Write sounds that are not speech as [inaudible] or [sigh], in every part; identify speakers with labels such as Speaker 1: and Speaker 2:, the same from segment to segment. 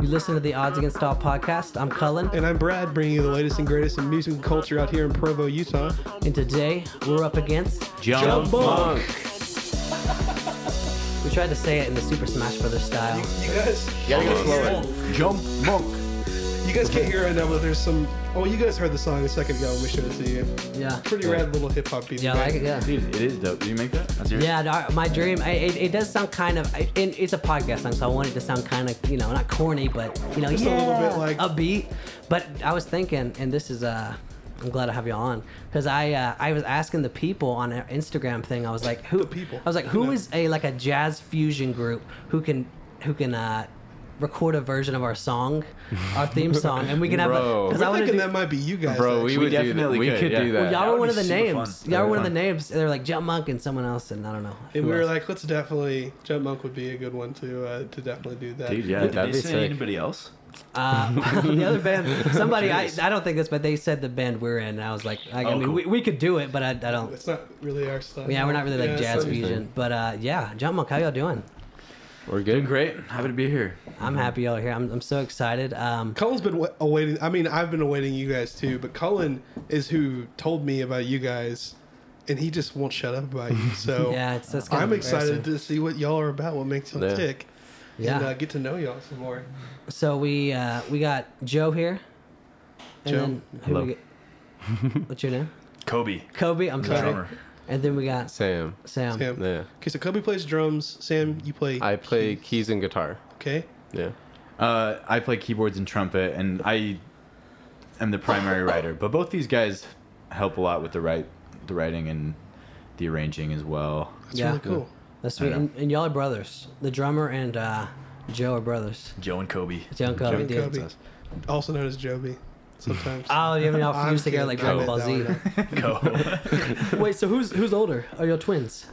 Speaker 1: You listen to the Odds Against All podcast. I'm Cullen,
Speaker 2: And I'm Brad, bringing you the latest and greatest in music and culture out here in Provo, Utah.
Speaker 1: and today we're up against.
Speaker 3: Jump,
Speaker 2: Monk.
Speaker 1: We tried to say it in the Super Smash Brothers style.
Speaker 2: You guys,
Speaker 3: Jump
Speaker 2: you guys-
Speaker 3: Monk. Jump Monk.
Speaker 2: you guys can't hear it right now, but there's some. Oh, you guys heard the song a second ago when we showed it to you.
Speaker 1: Yeah.
Speaker 2: Pretty rad little hip hop beat.
Speaker 1: Yeah, I like it. Yeah.
Speaker 3: Dude, it is dope. Did you make that? That's yours?
Speaker 1: Yeah, no, my dream. I, it, it does sound kind of. I, it, it's a podcast song, so I want it to sound kind of, you know, not corny, but you know,
Speaker 2: Just a
Speaker 1: yeah,
Speaker 2: little bit like-
Speaker 1: upbeat. But I was thinking, and this is. uh I'm glad to have you on because I uh, I was asking the people on our Instagram thing. I was like, who?
Speaker 2: people.
Speaker 1: I was like, who
Speaker 2: Yeah.
Speaker 1: is a like a jazz fusion group who can who can uh, record a version of our song, our theme song, and we can have.
Speaker 3: Bro.
Speaker 1: Because
Speaker 3: We're
Speaker 1: I
Speaker 2: I'm
Speaker 1: wanna
Speaker 2: thinking
Speaker 1: do-
Speaker 2: that might be you guys.
Speaker 3: Bro,
Speaker 2: actually.
Speaker 3: we,
Speaker 4: We
Speaker 3: would
Speaker 4: definitely
Speaker 3: do that.
Speaker 4: could,
Speaker 3: We could
Speaker 4: yeah.
Speaker 3: do that.
Speaker 1: Well, y'all
Speaker 4: That
Speaker 1: were
Speaker 4: would
Speaker 1: one
Speaker 4: be
Speaker 1: of the
Speaker 4: super
Speaker 1: names. Y'all were
Speaker 4: fun. That'd be
Speaker 1: one of the
Speaker 4: fun.
Speaker 1: names. They're like Jump Monk and someone else, and I don't know. who
Speaker 2: And we were
Speaker 1: else.
Speaker 2: like, let's definitely Jump Monk would be a good one to uh, to definitely do that.
Speaker 3: Dude, yeah,
Speaker 4: Did
Speaker 3: that'd
Speaker 4: they
Speaker 3: be
Speaker 4: say
Speaker 3: sick.
Speaker 4: anybody else?
Speaker 1: Uh, [laughs] the other band, somebody, I, I don't think this, but they said the band we're in. And I was like, I, I
Speaker 4: Oh,
Speaker 1: mean,
Speaker 4: cool.
Speaker 1: we, we could do it, but I, I don't.
Speaker 2: It's not really our stuff.
Speaker 1: Yeah, we're not really like
Speaker 2: Yeah,
Speaker 1: jazz
Speaker 2: so-
Speaker 1: fusion. But uh, yeah, John Monk, how y'all doing?
Speaker 3: We're good. Great. Happy to be here.
Speaker 1: I'm happy y'all are here. I'm, I'm so excited. Um,
Speaker 2: Cullen's been wa- awaiting. I mean, I've been awaiting you guys too, but Cullen is who told me about you guys, and he just won't shut up about you. So
Speaker 1: [laughs] Yeah, it's- that's kinda
Speaker 2: I'm excited
Speaker 1: embarrassing.
Speaker 2: to see what y'all are about, what makes y'all
Speaker 3: Yeah.
Speaker 2: tick,
Speaker 1: Yeah.
Speaker 2: and uh, get to know y'all some more.
Speaker 1: so we uh, we got Joe here. And
Speaker 2: Joe.
Speaker 1: Then who
Speaker 3: Hello.
Speaker 1: We get, what's your name?
Speaker 4: Kobe.
Speaker 1: Kobe. I'm
Speaker 2: Kobe.
Speaker 1: sorry.
Speaker 4: Drummer.
Speaker 1: And then we got
Speaker 5: Sam.
Speaker 1: Sam.
Speaker 2: Sam.
Speaker 5: Yeah.
Speaker 2: Okay, so Kobe plays drums. Sam, you play.
Speaker 5: I play keys and guitar.
Speaker 2: okay.
Speaker 5: Yeah.
Speaker 3: Uh, I play keyboards and trumpet, and I am the primary writer. But both these guys help a lot with the write, the writing and the arranging as well.
Speaker 2: That's
Speaker 1: Yeah.
Speaker 2: really cool.
Speaker 1: That's sweet.
Speaker 3: know.
Speaker 1: And, and y'all are brothers. The drummer and uh, Joe are brothers.
Speaker 4: Joe and Kobe.
Speaker 1: Joe and Kobe.
Speaker 2: Joe and
Speaker 1: dude.
Speaker 2: Kobe. Also known as Joby. Sometimes.
Speaker 1: Oh, you mean all
Speaker 2: I'm
Speaker 1: fused together like
Speaker 2: kidding. I
Speaker 1: Dragon Ball
Speaker 2: made
Speaker 1: Z?
Speaker 2: that one
Speaker 4: [laughs]
Speaker 2: up.
Speaker 4: Go.
Speaker 1: Wait, so who's who's older? Are y'all twins?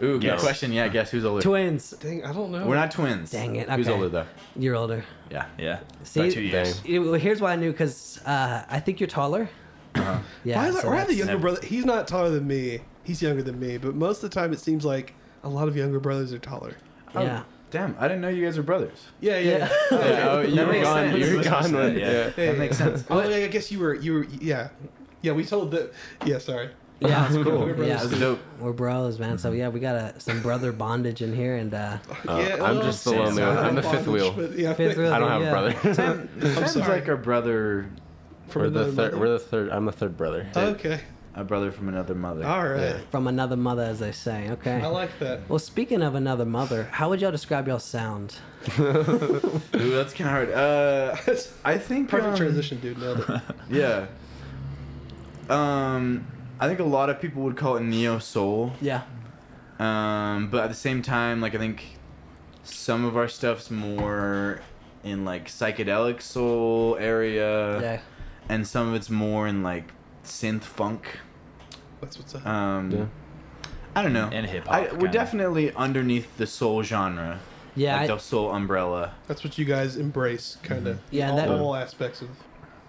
Speaker 5: Ooh, good
Speaker 3: Yeah.
Speaker 4: Yes.
Speaker 3: Question. Yeah. Guess who's older?
Speaker 1: Twins.
Speaker 2: Dang, I don't know.
Speaker 3: We're not twins.
Speaker 1: Dang it,
Speaker 3: Who's
Speaker 1: okay.
Speaker 3: older though?
Speaker 1: You're older.
Speaker 3: Yeah.
Speaker 4: yeah.
Speaker 1: See?
Speaker 4: By two years.
Speaker 5: Dang.
Speaker 1: It- well, here's why I knew, because uh, I think you're taller.
Speaker 4: Uh-huh.
Speaker 1: Yeah.
Speaker 2: Why is that-
Speaker 1: so
Speaker 2: why are the
Speaker 1: that's-
Speaker 2: younger brother? He's not taller than me. He's younger than me, but most of the time it seems like a lot of younger brothers are taller.
Speaker 3: Oh,
Speaker 1: Yeah.
Speaker 3: Damn. I didn't know you guys were brothers.
Speaker 2: Yeah,
Speaker 1: [laughs]
Speaker 2: yeah. yeah.
Speaker 5: Yeah, oh, you were
Speaker 3: makes
Speaker 5: gone.
Speaker 3: sense.
Speaker 5: You were
Speaker 4: That's
Speaker 5: gone.
Speaker 4: what I
Speaker 5: When,
Speaker 4: said,
Speaker 5: [laughs] yeah.
Speaker 4: yeah.
Speaker 2: Yeah, yeah.
Speaker 3: That
Speaker 1: [laughs]
Speaker 3: makes sense.
Speaker 2: Oh, yeah, I guess you were. You were. Yeah, yeah. We told the. Yeah, sorry.
Speaker 1: Yeah, it's
Speaker 3: Cool.
Speaker 1: cool. yeah.
Speaker 3: That's dope.
Speaker 1: We're bros, man. So yeah, we got uh some brother bondage in here, and uh,
Speaker 5: Uh,
Speaker 2: yeah,
Speaker 5: I'm
Speaker 2: well,
Speaker 5: just the
Speaker 2: it's
Speaker 5: lonely
Speaker 2: not
Speaker 5: one. I'm the fifth
Speaker 2: bondage,
Speaker 5: wheel.
Speaker 2: but yeah,
Speaker 1: fifth wheel.
Speaker 5: I don't have
Speaker 1: yeah.
Speaker 5: a
Speaker 1: [laughs]
Speaker 5: brother.
Speaker 3: Sam's
Speaker 2: sorry.
Speaker 3: like our brother,
Speaker 2: From
Speaker 5: we're the
Speaker 2: another
Speaker 5: third.
Speaker 2: mother?
Speaker 5: We're the third. I'm the third brother.
Speaker 2: Okay.
Speaker 3: a brother from another mother.
Speaker 2: All right.
Speaker 1: From another mother, as they say. Okay.
Speaker 2: I like that. [laughs]
Speaker 1: well, speaking of another mother, how would y'all describe y'all sound?
Speaker 3: Ooh, that's kind of hard. Uh,
Speaker 2: That's
Speaker 3: I think
Speaker 2: perfect
Speaker 3: um,
Speaker 2: transition, dude. Nailed it.
Speaker 3: Yeah. Um, I think a lot of people would call it neo soul.
Speaker 1: Yeah.
Speaker 3: Um, but at the same time, like I think some of our stuff's more in like psychedelic soul area,
Speaker 1: Yeah.
Speaker 3: and some of it's more in like synth funk.
Speaker 2: That's what's up.
Speaker 3: Um,
Speaker 5: Yeah.
Speaker 3: I don't know.
Speaker 4: And hip-hop,
Speaker 3: I- We're
Speaker 4: kinda.
Speaker 3: definitely underneath the soul genre.
Speaker 1: Yeah.
Speaker 3: like
Speaker 1: I-
Speaker 3: the soul umbrella.
Speaker 2: That's what you guys embrace, kind of.
Speaker 1: Yeah,
Speaker 2: All,
Speaker 1: that-
Speaker 2: all aspects of.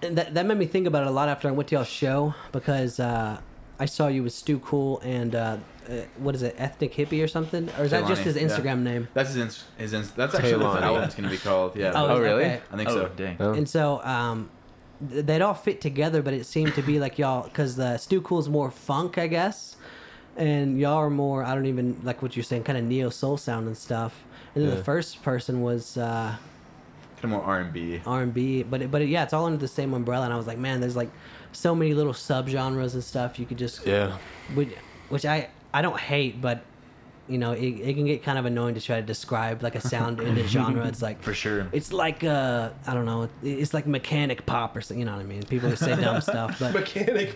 Speaker 1: And that, that made me think about it a lot after I went to y'all's show because uh, I saw you with Stu Cool and uh, uh, what is it, Ethnic Hippie or something? Or is that just
Speaker 3: Kehlani,
Speaker 1: his
Speaker 3: yeah.
Speaker 1: Instagram name?
Speaker 3: That's his. Ins- his ins- that's actually what
Speaker 5: Kehlani.
Speaker 3: the album's gonna be called. Yeah.
Speaker 1: Oh,
Speaker 5: Oh, really?
Speaker 1: okay.
Speaker 3: I think
Speaker 4: oh,
Speaker 3: so.
Speaker 4: dang.
Speaker 5: Oh.
Speaker 1: And so um, th- they'd all fit together, but it seemed to be like y'all because the Stu Cool's more funk, I guess, and y'all are more I don't even like what you're saying, kind of neo soul sound and stuff. And then the
Speaker 5: Yeah.
Speaker 1: first person was uh,
Speaker 3: Kind of more R and B.
Speaker 1: R and B, but it, but it, yeah, it's all under the same umbrella. And I was like, man, there's like so many little subgenres and stuff you could just
Speaker 5: Yeah.
Speaker 1: which, which I I don't hate, but you know it, it can get kind of annoying to try to describe like a sound
Speaker 2: [laughs]
Speaker 1: in a genre. It's like
Speaker 4: For sure.
Speaker 1: It's like uh I don't know. It's like mechanic pop or something. You know what I mean? People who say
Speaker 2: [laughs]
Speaker 1: dumb stuff, but
Speaker 2: Mechanic.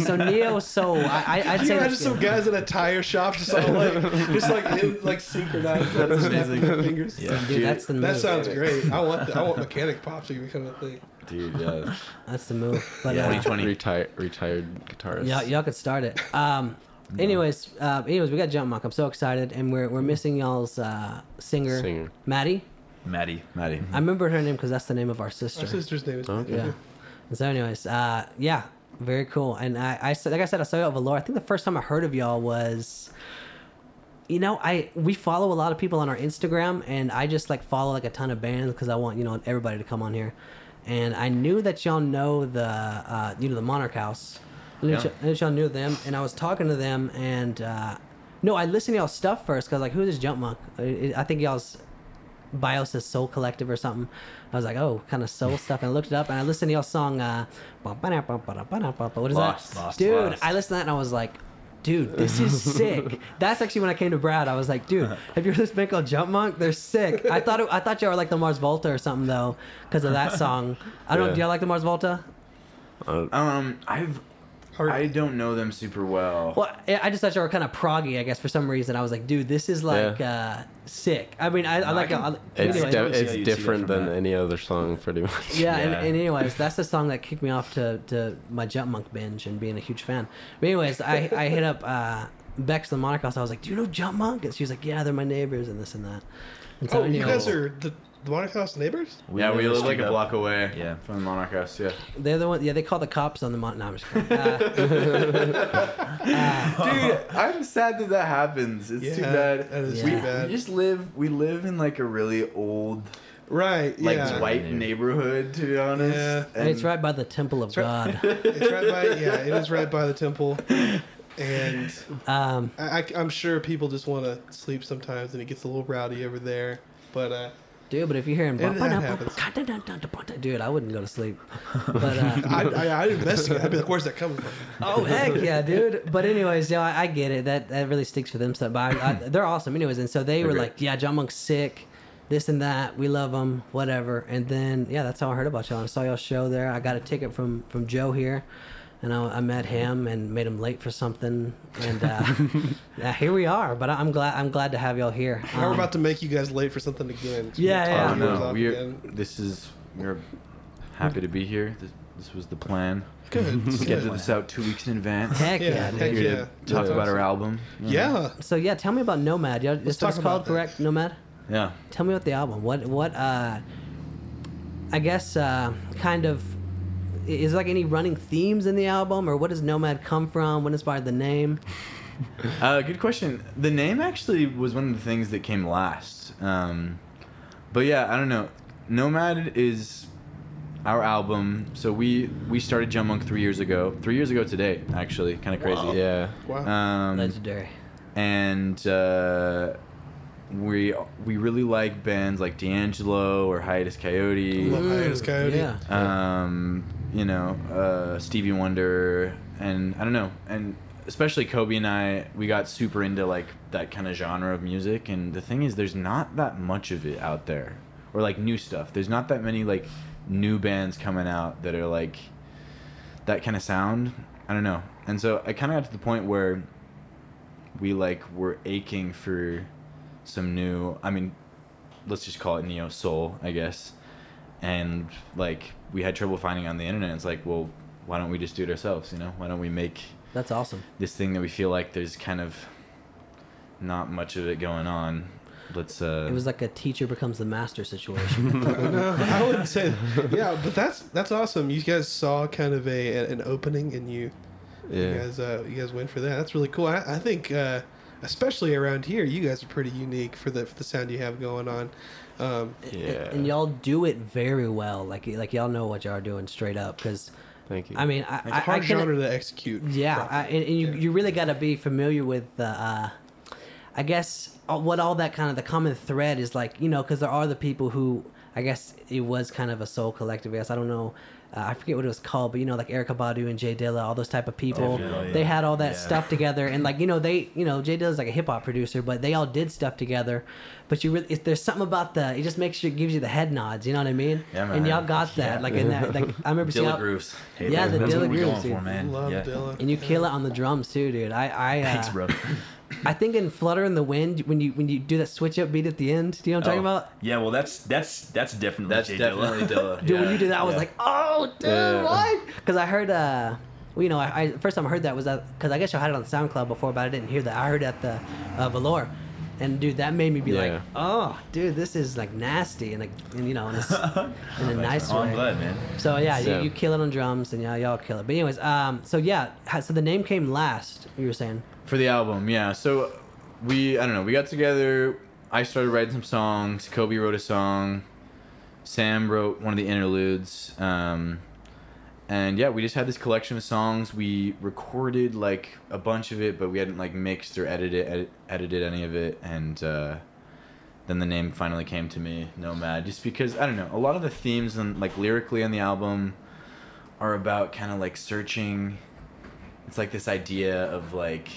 Speaker 1: [laughs] so neo soul. I,
Speaker 2: [laughs]
Speaker 1: I I'd
Speaker 2: you
Speaker 1: say
Speaker 2: imagine
Speaker 1: that's
Speaker 2: some
Speaker 1: good.
Speaker 2: guys in a tire shop just all like, just like, in, like synchronized.
Speaker 3: That's
Speaker 2: like, snapping
Speaker 3: amazing.
Speaker 2: their Fingers.
Speaker 4: Yeah.
Speaker 1: Dude, that's the move.
Speaker 2: That sounds great. I want the, I want mechanic pop to become a thing.
Speaker 3: Dude, yeah.
Speaker 1: That's the
Speaker 2: [laughs]
Speaker 1: move. But uh,
Speaker 3: 2020.
Speaker 5: Retired. Retired guitarist.
Speaker 1: Y'all, y'all could start it. Um, anyways, uh, anyways, we got Jump Monk. I'm so excited, and we're
Speaker 2: Mm.
Speaker 1: we're missing y'all's uh, singer,
Speaker 5: Singer.
Speaker 1: Maddie.
Speaker 4: Maddie. Mm-hmm.
Speaker 3: Maddie.
Speaker 1: I remembered her name because that's the name of our sister.
Speaker 2: My sister's name is.
Speaker 1: Yeah. And so, anyways, uh, yeah, very cool. And I, I said, like I said, I saw y'all at Valor. I think the first time I heard of y'all was you know, I we follow a lot of people on our Instagram, and I just like follow like a ton of bands because I want you know everybody to come on here. And I knew that y'all know the uh, you know the Monarch House. I knew,
Speaker 3: Yeah.
Speaker 1: y'all- I knew y'all knew them, and I was talking to them, and uh, no, I listened to y'all stuff first because like who's this jump monk? I I think y'all's bio says Soul Collective or something. I was like, oh, kind of soul stuff, and I looked it up, and I listened to y'all's song. Uh, bum, ba-da, bum, ba-da, ba-da, bum, ba- what is
Speaker 3: Lost,
Speaker 1: that,
Speaker 3: lost,
Speaker 1: dude?
Speaker 3: lost.
Speaker 1: I listened to that and I was like, dude, this
Speaker 3: [laughs]
Speaker 1: is sick. That's actually when I came to Brad. I was like, dude, have you heard this band called Jump Monk? They're sick. I thought it, I thought y'all were like the Mars Volta or something though, because of
Speaker 3: [laughs]
Speaker 1: that song. I don't. know. Do
Speaker 5: Yeah.
Speaker 1: y'all like the Mars Volta?
Speaker 3: Um, I've
Speaker 2: Or-
Speaker 3: I don't know them super well.
Speaker 1: Well, I I just thought y'all were kind of proggy, I guess, for some reason. I was like, dude, this is like uh, sick. I mean, I, I like.
Speaker 3: can-
Speaker 1: I-
Speaker 5: It's
Speaker 1: anyway.
Speaker 3: I
Speaker 5: de-
Speaker 3: don't see how
Speaker 5: it's
Speaker 3: you'd see that
Speaker 5: different
Speaker 3: from
Speaker 5: than
Speaker 3: that.
Speaker 5: any other song, pretty much.
Speaker 1: [laughs] yeah,
Speaker 3: Yeah.
Speaker 1: And, and anyways, that's the song that kicked me off to, to my Jump Monk binge and being a huge fan. But anyways, I, I hit up uh, Bex the Monarch House. I was like, "Do you know Jump Monk?" And she was like, "Yeah, they're my neighbors and this and that." And
Speaker 2: Oh, you
Speaker 1: anyways,
Speaker 2: guys are the, the Monarch House neighbors?
Speaker 3: yeah, we
Speaker 4: never
Speaker 3: live like
Speaker 4: stood
Speaker 3: a
Speaker 4: up.
Speaker 3: block away.
Speaker 4: Yeah.
Speaker 3: from the Monarch House.
Speaker 4: [laughs]
Speaker 3: Yeah.
Speaker 1: they're the one. Yeah, they call the cops on the Mon. No, I'm just kidding. Uh, [laughs]
Speaker 3: Dude, I'm sad that that happens. It's
Speaker 2: Yeah,
Speaker 3: too bad.
Speaker 2: that is
Speaker 1: We-
Speaker 2: too
Speaker 1: we
Speaker 3: We
Speaker 2: bad.
Speaker 3: just live. We live in like a really old,
Speaker 2: right,
Speaker 3: like
Speaker 2: yeah.
Speaker 3: white neighborhood. To be honest,
Speaker 2: Yeah.
Speaker 3: And
Speaker 1: it's right by the Temple of God.
Speaker 2: It's right by, yeah, it is right by the temple. And
Speaker 1: Um,
Speaker 2: I, I, am sure people just want to sleep sometimes and it gets a little rowdy over there. But uh,
Speaker 1: dude, but if you're hearing,
Speaker 2: It- it
Speaker 1: dude, I wouldn't go to sleep. But uh,
Speaker 2: I, I, I'd investigate. I'd be like, where's that coming from?
Speaker 1: Oh heck yeah, dude! But anyways, yeah, I, I get it. That that really sticks for them stuff. But I, I, they're awesome, anyways. And so they were
Speaker 3: great.
Speaker 1: like, "Yeah, John Monk's sick, this and that. We love him, whatever." And then yeah, that's how I heard about y'all. I saw y'all show there. I got a ticket from from Joe here, and I, I met him and made him late for something. And uh, yeah, here we are. But I, I'm glad I'm glad to have y'all here.
Speaker 2: Now we're
Speaker 1: Um,
Speaker 2: about to make you guys late for something again.
Speaker 1: Yeah,
Speaker 2: We're
Speaker 1: yeah.
Speaker 3: Oh
Speaker 2: talking yours
Speaker 3: no,
Speaker 2: off
Speaker 3: we're
Speaker 2: again.
Speaker 3: this is we're happy to be here. This, this was the plan.
Speaker 2: Good.
Speaker 3: Scheduled
Speaker 2: good.
Speaker 3: this out two weeks in advance.
Speaker 1: heck
Speaker 2: Yeah,
Speaker 1: yeah, dude.
Speaker 2: heck
Speaker 3: Here
Speaker 2: yeah.
Speaker 3: to talk
Speaker 5: Yeah.
Speaker 3: about our album.
Speaker 2: Yeah.
Speaker 1: So yeah, tell me about Nomad. Y'all, this
Speaker 2: talk
Speaker 1: is called
Speaker 2: about that.
Speaker 1: correct Nomad.
Speaker 3: Yeah.
Speaker 1: tell me about the album what what uh i guess uh kind of is there like any running themes in the album or what does nomad come from what inspired the name
Speaker 3: Uh, good question. The name actually was one of the things that came last. Um, but yeah, I don't know. Nomad is our album. So we we started Jump Monk three years ago. Three years ago today, actually, kind of crazy.
Speaker 5: [laughs] Yeah.
Speaker 2: Wow.
Speaker 3: Um,
Speaker 1: legendary
Speaker 3: and uh, we we really like bands like D'Angelo or Hiatus Coyote.
Speaker 2: Love Hiatus Coyote.
Speaker 1: Mm. yeah
Speaker 3: um, you know, uh, Stevie Wonder, and I don't know, and especially Kobe and I, we got super into like that kind of genre of music. And the thing is, there's not that much of it out there, or like new stuff. There's not that many like new bands coming out that are like that kind of sound. I don't know. And so I kind of got to the point where we like were aching for some new. I mean, let's just call it neo soul, I guess and like we had trouble finding on the internet it's like well why don't we just do it ourselves you know why don't we make
Speaker 1: that's awesome
Speaker 3: this thing that we feel like there's kind of not much of it going on let's uh
Speaker 1: it was like a teacher becomes the master situation
Speaker 2: no, [laughs] I wouldn't say. Yeah, but that's that's awesome. You guys saw kind of a an opening, and you you
Speaker 5: Yeah.
Speaker 2: guys uh, you guys went for that. That's really cool. I, I think uh, especially around here, you guys are pretty unique for the for the sound you have going on. Um,
Speaker 5: [laughs] Yeah.
Speaker 1: and y'all do it very well like like y'all know what y'all are doing straight up because
Speaker 5: Thank you.
Speaker 1: i mean i, I, I
Speaker 2: hard
Speaker 1: can,
Speaker 2: genre to execute.
Speaker 1: Yeah, I,
Speaker 2: properly.
Speaker 1: and, and you,
Speaker 2: Yeah.
Speaker 1: you really got to be familiar with the, uh, I guess, uh, what all that kind of the common thread is like, you know, because there are the people who, I guess, it was kind of a soul collective. I guess I don't know, uh, I forget what it was called, but you know, like Erica Badu and Jay Dilla, all those type of people,
Speaker 3: Oh,
Speaker 4: Definitely.
Speaker 1: they had all that
Speaker 4: Yeah.
Speaker 1: stuff together, and like you know, they, you know, Jay Dilla's like a hip hop producer, but they all did stuff together. But you really, if there's something about the, it just makes you, it gives you the head nods, you know what I mean?
Speaker 3: Yeah,
Speaker 1: And
Speaker 3: man.
Speaker 1: y'all got that, like in that, like I remember seeing.
Speaker 3: [laughs] Dilla
Speaker 1: y'all-
Speaker 3: grooves
Speaker 1: Hey, Yeah, the
Speaker 4: that's
Speaker 1: Dilla
Speaker 4: what we
Speaker 1: grooves,
Speaker 4: going
Speaker 1: dude.
Speaker 4: for, man.
Speaker 2: love
Speaker 4: yeah.
Speaker 2: Dilla.
Speaker 1: And you kill it on the drums too, dude. I, I uh,
Speaker 4: Thanks,
Speaker 3: [laughs]
Speaker 4: bro.
Speaker 1: I think in Flutter in the Wind, when you when you do that switch up beat at the end, do you know what I'm talking
Speaker 4: Oh.
Speaker 1: about?
Speaker 4: Yeah, well, that's that's that's definitely
Speaker 3: that's
Speaker 4: Jay Dilla.
Speaker 3: definitely dilla [laughs]
Speaker 1: Dude, when you did that, I was
Speaker 4: yeah.
Speaker 1: like, oh, dude,
Speaker 5: Yeah.
Speaker 1: what? Because I heard, uh, well, you know, I, I first time I heard that was that because I guess I had it on SoundCloud before, but I didn't hear that. I heard it at the uh, Valor, and dude, that made me be like,
Speaker 5: Yeah.
Speaker 1: oh, dude, this is like nasty and like and, you know
Speaker 4: [laughs]
Speaker 1: in a, s- in a nice
Speaker 4: oh,
Speaker 1: way.
Speaker 4: I'm glad, man.
Speaker 1: So yeah,
Speaker 5: So-
Speaker 1: you, you kill it on drums, and yeah, y'all kill it. But anyways, um, so yeah, ha- so the name came last. You were saying,
Speaker 3: for the album yeah so we I don't know. We got together. I started writing some songs. Kobe wrote a song. Sam wrote one of the interludes. Um, and yeah, we just had this collection of songs. We recorded like a bunch of it, but we hadn't like mixed or edited edit, edited any of it. And uh, then the name finally came to me, Nomad, just because I don't know. A lot of the themes and like lyrically on the album are about kind of like searching. It's like this idea of like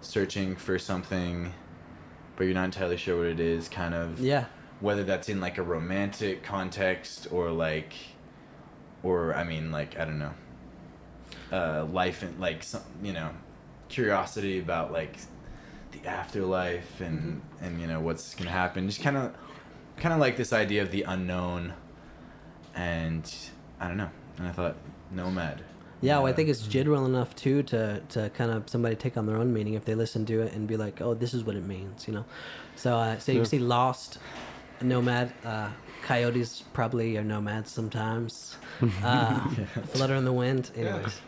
Speaker 3: searching for something, but you're not entirely sure what it is. Kind of
Speaker 1: Yeah.
Speaker 3: whether that's in like a romantic context or like or i mean like i don't know uh life and like some you know curiosity about like the afterlife and
Speaker 1: Mm-hmm.
Speaker 3: and you know what's gonna happen just kind of kind of like this idea of the unknown and i don't know and i thought nomad
Speaker 1: Yeah, well, I
Speaker 3: Uh,
Speaker 1: think it's general enough too to to kind of somebody take on their own meaning if they listen to it and be like, oh, this is what it means, you know. So, uh, so you see, lost, nomad, uh, coyotes probably are nomads
Speaker 3: [laughs]
Speaker 1: sometimes. Uh, Flutter in the wind, anyways.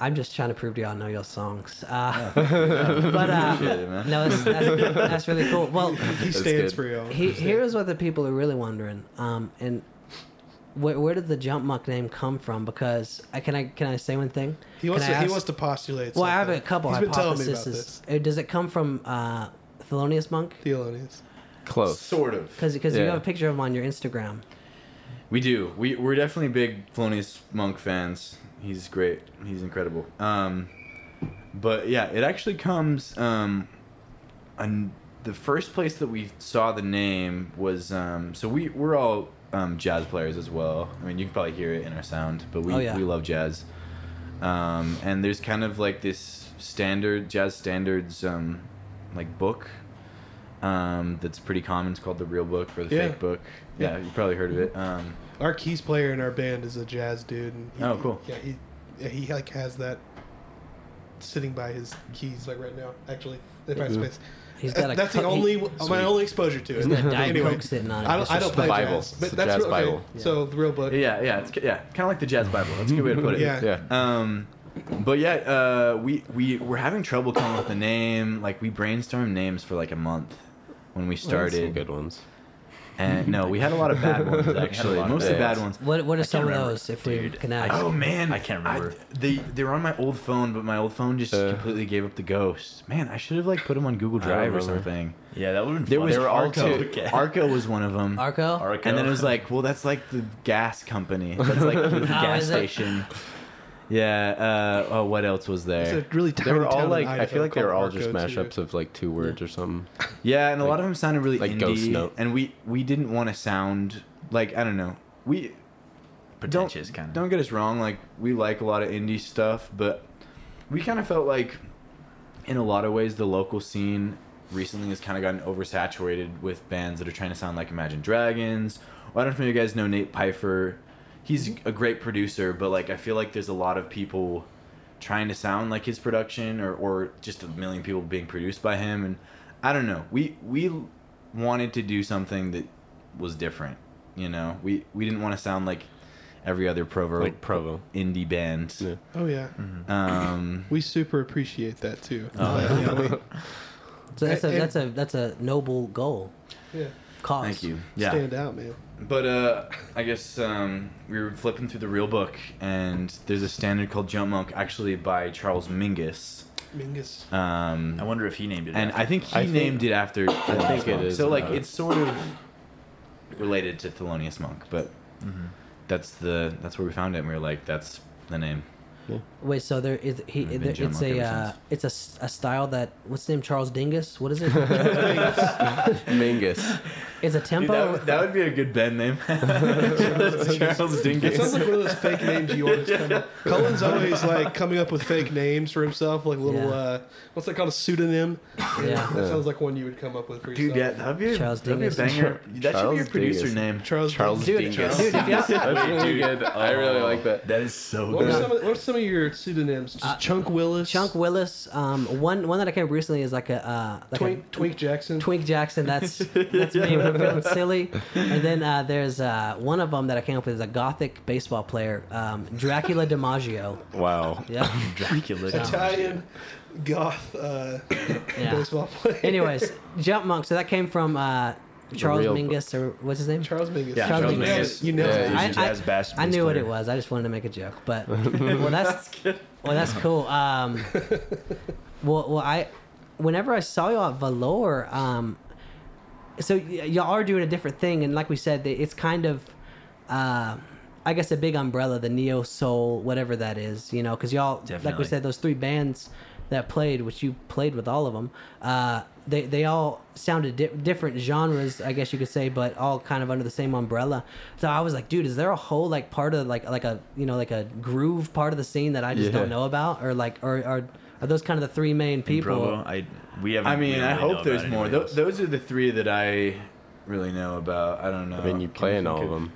Speaker 1: I'm just trying to prove to y'all I know your songs. Uh, [laughs] but
Speaker 3: Appreciate it,
Speaker 1: uh,
Speaker 3: man.
Speaker 1: no, that's, that's, that's really cool. Well,
Speaker 2: [laughs] He
Speaker 3: That's
Speaker 2: stands
Speaker 3: good.
Speaker 2: for y'all.
Speaker 1: he, here's what the people are really wondering. Um, and where, where did the jump muck name come from? Because I can I can I say one thing?
Speaker 2: He
Speaker 1: Can
Speaker 2: wants,
Speaker 1: I
Speaker 2: to, he
Speaker 1: ask-
Speaker 2: wants to postulate.
Speaker 1: Well, I have a
Speaker 2: something.
Speaker 1: couple
Speaker 2: He's been telling me about
Speaker 1: hypotheses.
Speaker 2: this.
Speaker 1: Uh, Does it come from uh, Thelonious Monk?
Speaker 2: Theolonians.
Speaker 5: Close.
Speaker 3: sort of
Speaker 1: Because you
Speaker 5: Yeah.
Speaker 1: have a picture of him on your Instagram.
Speaker 3: We do. We we're definitely big Thelonious Monk fans. He's great. He's incredible. Um, but yeah, it actually comes. Um, and the first place that we saw the name was um, so we we're all um, jazz players as well. I mean, you can probably hear it in our sound, but we
Speaker 1: Oh, yeah.
Speaker 3: we love jazz. Um, and there's kind of like this standard jazz standards um, like book um, that's pretty common. It's called the Real Book or the
Speaker 2: Yeah.
Speaker 3: Fake Book.
Speaker 2: Yeah.
Speaker 3: Yeah, you probably heard of it. Um,
Speaker 2: Our keys player in our band is a jazz dude. And he,
Speaker 3: Oh, cool.
Speaker 2: Yeah, he, yeah, he like has that sitting by his keys like right now. Actually, if I have
Speaker 5: Yeah.
Speaker 2: space.
Speaker 1: He's got a
Speaker 2: that's the
Speaker 1: co- he-
Speaker 2: only my only exposure to it.
Speaker 1: He's got a Diet Coke sitting on it.
Speaker 2: I don't,
Speaker 1: It's
Speaker 2: I don't
Speaker 1: just
Speaker 2: play
Speaker 5: the Bible.
Speaker 2: jazz, but
Speaker 5: It's the
Speaker 2: that's
Speaker 5: jazz
Speaker 2: real, okay.
Speaker 5: Bible.
Speaker 2: So the real book.
Speaker 3: Yeah, yeah, it's, yeah, kind of like the Jazz Bible. That's a good way to put it.
Speaker 2: Yeah.
Speaker 5: [laughs] Yeah.
Speaker 3: Um, but yeah, uh, we we were having trouble coming up with the name. Like we brainstormed names for like a month when we started.
Speaker 5: Some good ones.
Speaker 3: And no, we had a lot of bad ones actually,
Speaker 4: lot of
Speaker 3: mostly
Speaker 5: bad
Speaker 3: bad ones.
Speaker 1: What What are
Speaker 4: I
Speaker 1: some of
Speaker 4: can't remember.
Speaker 1: those? If we
Speaker 4: Dude,
Speaker 1: can
Speaker 4: I-
Speaker 1: ask.
Speaker 3: Oh man,
Speaker 4: I can't remember.
Speaker 3: they they were on my old phone, but my old phone just
Speaker 5: Uh.
Speaker 3: completely gave up the ghost. Man, I should have like put them on Google
Speaker 5: don't
Speaker 3: Drive or
Speaker 5: remember.
Speaker 3: something.
Speaker 4: Yeah, that would have been
Speaker 3: There
Speaker 4: fun.
Speaker 3: was
Speaker 4: They were all
Speaker 3: Arco.
Speaker 4: [laughs] okay.
Speaker 3: Arco was one of them.
Speaker 1: Arco.
Speaker 4: Arco.
Speaker 3: And then it was like, well, that's like the gas company. That's like
Speaker 5: [laughs]
Speaker 3: the gas
Speaker 1: is it?
Speaker 3: station. Yeah. Uh, oh, what else was
Speaker 2: It's
Speaker 3: there?
Speaker 2: a really
Speaker 5: They
Speaker 2: tiny
Speaker 5: were all
Speaker 2: town
Speaker 5: like
Speaker 2: in
Speaker 5: I
Speaker 2: Idaho
Speaker 5: feel like they were all
Speaker 2: called
Speaker 5: just
Speaker 2: Arco, too.
Speaker 5: mashups of like two words or something.
Speaker 3: Yeah, and a lot of them sounded really
Speaker 5: like
Speaker 3: indie.
Speaker 5: Ghost Note.
Speaker 3: And we we didn't want to sound like I don't know. We
Speaker 4: pretentious
Speaker 3: don't,
Speaker 4: kind of.
Speaker 3: Don't get us wrong. Like we like a lot of indie stuff, but we kind of felt like, in a lot of ways, the local scene recently has kind of gotten oversaturated with bands that are trying to sound like Imagine Dragons. Well, I don't know if you guys know Nate Pfeiffer. He's a great producer, but like I feel like there's a lot of people trying to sound like his production, or or just a million people being produced by him, and I don't know. We we wanted to do something that was different. You know, we we didn't want to sound like every other Provo
Speaker 5: Like Provo.
Speaker 3: indie band.
Speaker 5: Yeah.
Speaker 2: Oh yeah, [clears throat]
Speaker 5: Mm-hmm.
Speaker 3: Um,
Speaker 2: we super appreciate that too.
Speaker 3: Oh.
Speaker 2: Like, yeah,
Speaker 1: so that's a
Speaker 2: and-
Speaker 1: that's a that's a noble goal.
Speaker 2: we- yeah.
Speaker 1: Cause.
Speaker 3: thank you. Yeah.
Speaker 2: stand out, man.
Speaker 3: But uh, I guess um, we were flipping through the real book, and there's a standard called Jump Monk, actually by Charles Mingus.
Speaker 2: [laughs] Mingus.
Speaker 3: Um,
Speaker 4: I wonder if he named it.
Speaker 3: and
Speaker 4: after.
Speaker 3: I think he
Speaker 5: I think-
Speaker 3: named it after. Thelonious
Speaker 5: think it
Speaker 3: Monk.
Speaker 5: is,
Speaker 3: So like
Speaker 5: uh,
Speaker 3: it's sort of related to Thelonious Monk, but
Speaker 4: Mm-hmm.
Speaker 3: that's the that's where we found it. and We were like, that's the name.
Speaker 1: Wait, so there is he?
Speaker 3: I've been
Speaker 1: There,
Speaker 3: John
Speaker 1: it's
Speaker 3: Monk
Speaker 1: a
Speaker 3: ever
Speaker 1: uh,
Speaker 3: since.
Speaker 1: it's a s- a style that what's his name Charles Dingus? What is
Speaker 3: [laughs]
Speaker 1: it?
Speaker 5: Mingus.
Speaker 1: it's a
Speaker 3: Dude,
Speaker 1: tempo.
Speaker 3: that, would- that would be a good band name. [laughs] Charles
Speaker 2: It sounds
Speaker 3: Dingus.
Speaker 2: like one of those fake names you always come up. Cullen's always like coming up with fake names for himself, like little
Speaker 1: Yeah.
Speaker 2: uh, what's that called, a pseudonym.
Speaker 1: Yeah.
Speaker 2: that sounds like one you would come up with for yourself.
Speaker 3: Dude, yeah, that'd be a,
Speaker 1: Charles
Speaker 3: that'd be a
Speaker 1: Dingus.
Speaker 3: banger. That should be your
Speaker 5: Charles
Speaker 3: producer
Speaker 5: Dingus.
Speaker 3: name.
Speaker 2: Charles.
Speaker 5: Charles
Speaker 2: Dude,
Speaker 5: Dingus.
Speaker 2: Charles-
Speaker 5: That's really good. I really like that.
Speaker 4: that is so
Speaker 2: What
Speaker 4: good.
Speaker 2: are, some of, what are some of your pseudonyms? Just Chunk Willis,
Speaker 1: Uh, Chunk Willis. Um, one one that I came up recently is like a uh, like a
Speaker 2: Twink, Twink Jackson. [laughs]
Speaker 1: Twink Jackson. That's that's me when started feeling silly. And then uh, there's uh, one of them that I came up with is a gothic baseball player, um, Dracula
Speaker 2: [laughs]
Speaker 1: DiMaggio.
Speaker 5: Wow.
Speaker 1: Yeah.
Speaker 4: Dracula.
Speaker 2: Italian goth uh,
Speaker 1: Yeah.
Speaker 2: baseball player.
Speaker 1: Anyways, Jump Monk. So that came from uh, Charles
Speaker 5: real-
Speaker 1: Mingus or what's his name?
Speaker 2: Charles Mingus.
Speaker 4: Yeah,
Speaker 1: Charles
Speaker 4: Charles
Speaker 2: You
Speaker 1: Mingus.
Speaker 2: nailed it.
Speaker 4: Mingus.
Speaker 2: You know
Speaker 5: Yeah,
Speaker 2: it.
Speaker 5: he's
Speaker 1: I,
Speaker 4: a
Speaker 1: I-
Speaker 4: jazz bass
Speaker 1: I
Speaker 4: bass
Speaker 1: knew what
Speaker 4: player.
Speaker 1: it was. I just wanted to make a joke, but well, that's well, that's cool. Um, well, well, I whenever I saw y'all at Valor, um, so y- y'all are doing a different thing, and like we said, they- it's kind of, uh, I guess, a big umbrella, the neo soul, whatever that is, you know, because y'all, like we
Speaker 4: Definitely.
Speaker 1: said, those three bands that played, which you played with all of them, uh, they they all sounded di- different genres, I guess you could say, but all kind of under the same umbrella. So I was like, dude, is there a whole like part of like like a you know like a groove part of the scene that I just
Speaker 5: Yeah.
Speaker 1: don't know about, or like or or are those kind of the three main people?
Speaker 4: Provo. I we haven't.
Speaker 3: I mean,
Speaker 4: we don't
Speaker 3: I
Speaker 4: really know
Speaker 3: hope there's
Speaker 4: about
Speaker 3: more.
Speaker 4: anybody
Speaker 3: Th-
Speaker 4: else.
Speaker 3: those are the three that I really know about. I don't know.
Speaker 5: I mean, you play in Uh, all of them.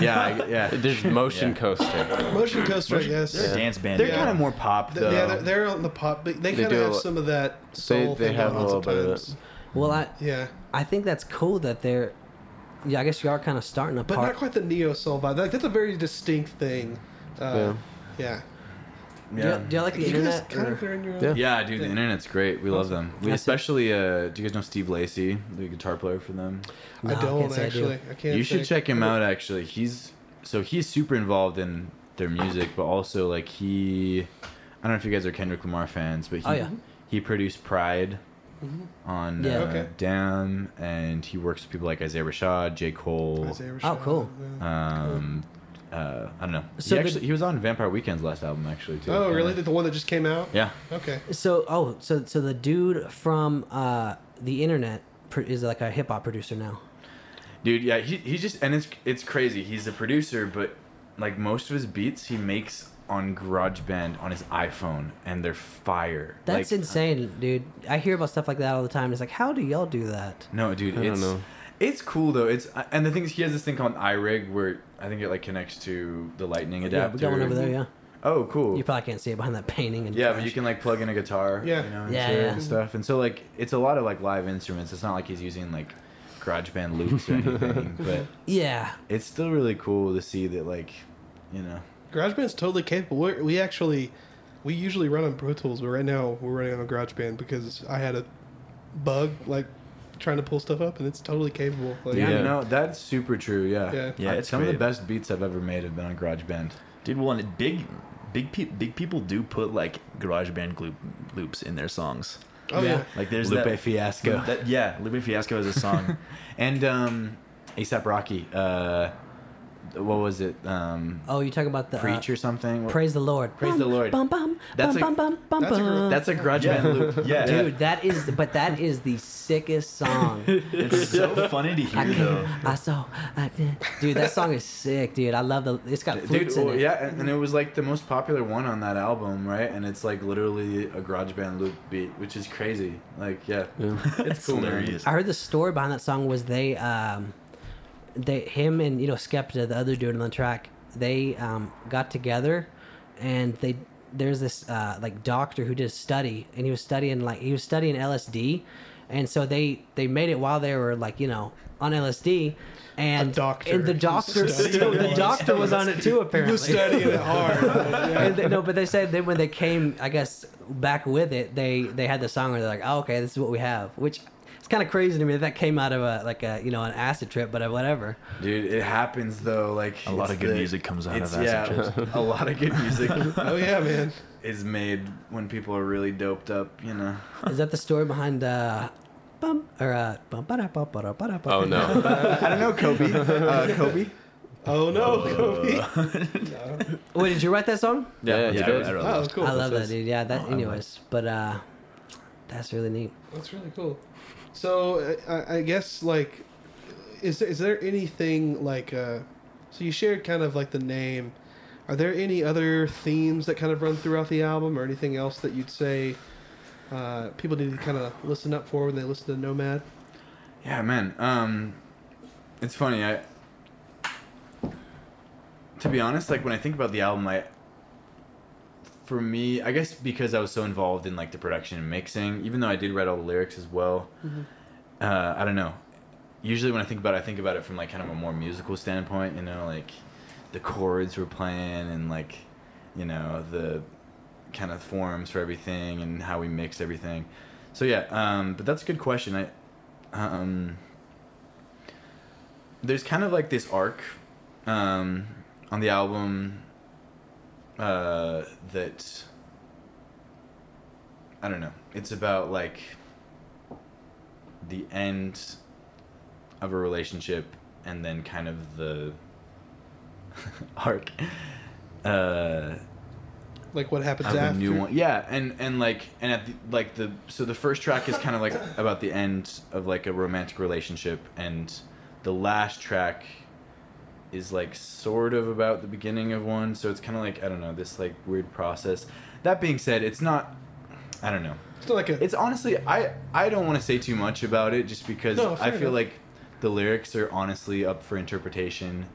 Speaker 3: Yeah, I, yeah.
Speaker 5: There's motion [laughs]
Speaker 4: Yeah.
Speaker 5: coaster.
Speaker 2: Motion Coaster, I guess.
Speaker 4: They're a dance band.
Speaker 3: They're
Speaker 4: yeah.
Speaker 3: kind of more pop
Speaker 2: Th-
Speaker 3: though.
Speaker 2: Yeah, they're, they're on the pop, but they,
Speaker 5: They
Speaker 2: kind
Speaker 5: do a
Speaker 2: of have
Speaker 5: lot-
Speaker 2: some of that
Speaker 5: They,
Speaker 2: soul
Speaker 5: they
Speaker 2: thing
Speaker 5: have a
Speaker 2: going on
Speaker 5: little bit of
Speaker 2: sometimes.
Speaker 5: it.
Speaker 1: Well, I
Speaker 2: Yeah,
Speaker 1: I think that's cool that they're. Yeah, I guess you are kind of starting a
Speaker 2: but
Speaker 1: part.
Speaker 2: not quite the neo soul vibe. Like that's a very distinct thing. Uh, yeah.
Speaker 1: Do, you, do you like the
Speaker 2: You guys
Speaker 1: internet?
Speaker 2: kind
Speaker 1: or-
Speaker 2: of are in your own.
Speaker 5: Yeah.
Speaker 3: Yeah, dude, the internet's great. We love them. We
Speaker 1: That's it.
Speaker 3: especially, uh, do you guys know Steve Lacey, the guitar player for them?
Speaker 1: No,
Speaker 2: I
Speaker 1: I
Speaker 2: don't
Speaker 1: can't say I do.
Speaker 2: actually. I, can't.
Speaker 3: you should
Speaker 2: think.
Speaker 3: check him out. Actually, he's so he's super involved in their music, but also like he, I don't know if you guys are Kendrick Lamar fans, but he
Speaker 1: Oh, yeah. Mm-hmm.
Speaker 3: he produced Pride on
Speaker 1: Yeah.
Speaker 3: uh,
Speaker 2: Okay.
Speaker 3: Damn, and he works with people like Isaiah Rashad, J Cole.
Speaker 2: Isaiah
Speaker 1: Oh,
Speaker 2: Rashad,
Speaker 1: cool.
Speaker 2: yeah.
Speaker 3: Um, uh, I don't know.
Speaker 1: So
Speaker 3: he
Speaker 1: the-
Speaker 3: actually he was on Vampire Weekend's last album actually too.
Speaker 2: Oh,
Speaker 3: Yeah.
Speaker 2: really? The- The one that just came out?
Speaker 3: Yeah.
Speaker 2: Okay.
Speaker 1: So oh, so so the dude from uh the internet pr- is like a hip hop producer now.
Speaker 3: Dude, yeah, he, he just and it's it's crazy. He's a producer, but like most of his beats he makes on GarageBand on his iPhone and they're fire.
Speaker 1: That's
Speaker 3: Like, uh,
Speaker 1: insane, dude. I hear about stuff like that all the time. It's like, how do y'all do that?
Speaker 3: No, dude,
Speaker 5: don't
Speaker 3: it's
Speaker 5: know.
Speaker 3: it's cool though. It's and the thing is he has this thing called iRig where I think it like connects to the lightning
Speaker 1: Yeah,
Speaker 3: adapter.
Speaker 1: we got one over there. Yeah,
Speaker 3: Oh, cool.
Speaker 1: you probably can't see it behind that painting. And
Speaker 3: yeah, but
Speaker 1: trash.
Speaker 3: you can like plug in a guitar,
Speaker 2: Yeah.
Speaker 3: you know, into
Speaker 1: Yeah,
Speaker 3: it
Speaker 1: yeah.
Speaker 3: and stuff. And so like it's a lot of like live instruments. It's not like he's using like GarageBand loops
Speaker 1: [laughs]
Speaker 3: or anything, but
Speaker 1: Yeah,
Speaker 3: it's still really cool to see that like, you know,
Speaker 2: GarageBand's totally capable. We're, we actually, we usually run on Pro Tools, but right now we're running on GarageBand because I had a bug like trying to pull stuff up, and it's totally capable. Like,
Speaker 3: Yeah,
Speaker 5: Yeah.
Speaker 3: no, that's super true. Yeah,
Speaker 2: Yeah.
Speaker 4: Yeah,
Speaker 3: Uh,
Speaker 4: it's
Speaker 3: some of the
Speaker 4: creative.
Speaker 3: best beats I've ever made have been on GarageBand.
Speaker 4: Dude, well, and big, big, pe- big people do put like GarageBand loop, loops in their songs.
Speaker 2: Oh yeah.
Speaker 1: Yeah.
Speaker 4: Like there's
Speaker 3: Lupe
Speaker 4: that,
Speaker 3: Fiasco
Speaker 4: that- yeah, Lupe Fiasco has a
Speaker 3: [laughs]
Speaker 4: song.
Speaker 3: and um, ASAP Rocky. Uh, what was it? Um,
Speaker 1: Oh, you talk about the uh,
Speaker 3: Preach or something? What-
Speaker 1: praise the Lord.
Speaker 3: Praise the
Speaker 1: Bum,
Speaker 3: Lord.
Speaker 1: Bum bum.
Speaker 3: That's
Speaker 1: bum,
Speaker 3: a-
Speaker 1: bum, bum, bum,
Speaker 2: that's a gr-
Speaker 1: bum.
Speaker 3: That's a GarageBand loop.
Speaker 4: [laughs] Yeah.
Speaker 1: dude. That is, but that is the sickest
Speaker 3: [laughs]
Speaker 1: song.
Speaker 4: It's so funny to
Speaker 1: I
Speaker 4: hear though.
Speaker 1: can I saw. I did. Dude, that song is sick, dude. I love the. It's got
Speaker 3: Dude,
Speaker 1: flutes
Speaker 3: well,
Speaker 1: in it.
Speaker 3: yeah, and and it was like the most popular one on that album, right? And it's like literally a GarageBand loop beat, which is crazy. Like, yeah, [laughs] it's
Speaker 4: It's
Speaker 3: cool. man.
Speaker 4: hilarious.
Speaker 1: I heard the story behind that song was they, um, they him and you know Skepta, the other dude on the track, they um, got together, and they there's this uh, like doctor who did a study, and he was studying like he was studying LSD, and so they they made it while they were like you know on LSD. And,
Speaker 2: doctor
Speaker 1: and the
Speaker 2: who
Speaker 1: doctor,
Speaker 2: studied
Speaker 1: [laughs] the doctor was on it too. Apparently,
Speaker 2: He was studying it hard. Yeah.
Speaker 1: and they, no, but they said that when they came, I guess back with it, they they had the song where they're like, oh, okay, this is what we have, which it's kind of crazy to me that that came out of a like a you know an acid trip, but uh, whatever.
Speaker 3: Dude, it happens though. Like
Speaker 4: A lot
Speaker 3: it's
Speaker 4: of good music comes out of
Speaker 3: it's-
Speaker 4: acid
Speaker 3: yeah, A lot of good music
Speaker 4: [laughs]
Speaker 2: Oh yeah, man.
Speaker 3: is made when people are really doped up. You know.
Speaker 1: Is that the story behind uh, bum or uh, bum ba da ba ba da ba da ba?
Speaker 5: Oh no.
Speaker 3: I don't know, [laughs] Kobe. Uh, Kobe.
Speaker 2: Oh no,
Speaker 3: Uh, [laughs]
Speaker 2: Kobe. [laughs]
Speaker 1: Wait, did you wrote that song?
Speaker 5: [laughs] Yeah,
Speaker 4: yeah,
Speaker 5: it's
Speaker 4: I,
Speaker 5: good.
Speaker 4: I wrote
Speaker 2: Oh
Speaker 4: those.
Speaker 2: cool.
Speaker 1: I love that,
Speaker 2: That's-
Speaker 1: dude. Yeah, that. anyways, but uh, that's really neat.
Speaker 2: That's really cool. So I- I, I guess like, is there, is there anything like? Uh, so you shared kind of like the name. Are there any other themes that kind of run throughout the album, or anything else that you'd say uh, people need to kind of listen up for when they listen to Nomad?
Speaker 3: Yeah, man. Um, it's funny. I, to be honest, like when I think about the album, I, for me, I guess because I was so involved in like the production and mixing, even though I did write all the lyrics as well. Uh, I don't know. usually when I think about it, I think about it from like kind of a more musical standpoint, you know, like the chords we're playing and like, you know, the kind of forms for everything and how we mix everything. So yeah, um, but that's a good question. I, um, there's kind of like this arc, um, on the album, uh, that I don't know. It's about like the end of a relationship and then kind of the [laughs] arc uh,
Speaker 2: Like what happens
Speaker 3: of a
Speaker 2: after?
Speaker 3: new one. Yeah, and and like and at the, like the so the first track is kind
Speaker 2: [coughs]
Speaker 3: of like about the end of like a romantic relationship, and the last track is like sort of about the beginning of one. So it's kind of like I don't know this like weird process. That being said, it's not. I don't know.
Speaker 2: It's not like a.
Speaker 3: It's honestly, I I don't want to say too much about it just because
Speaker 2: No,
Speaker 3: I
Speaker 2: fair
Speaker 3: feel
Speaker 2: enough.
Speaker 3: like the lyrics are honestly up for interpretation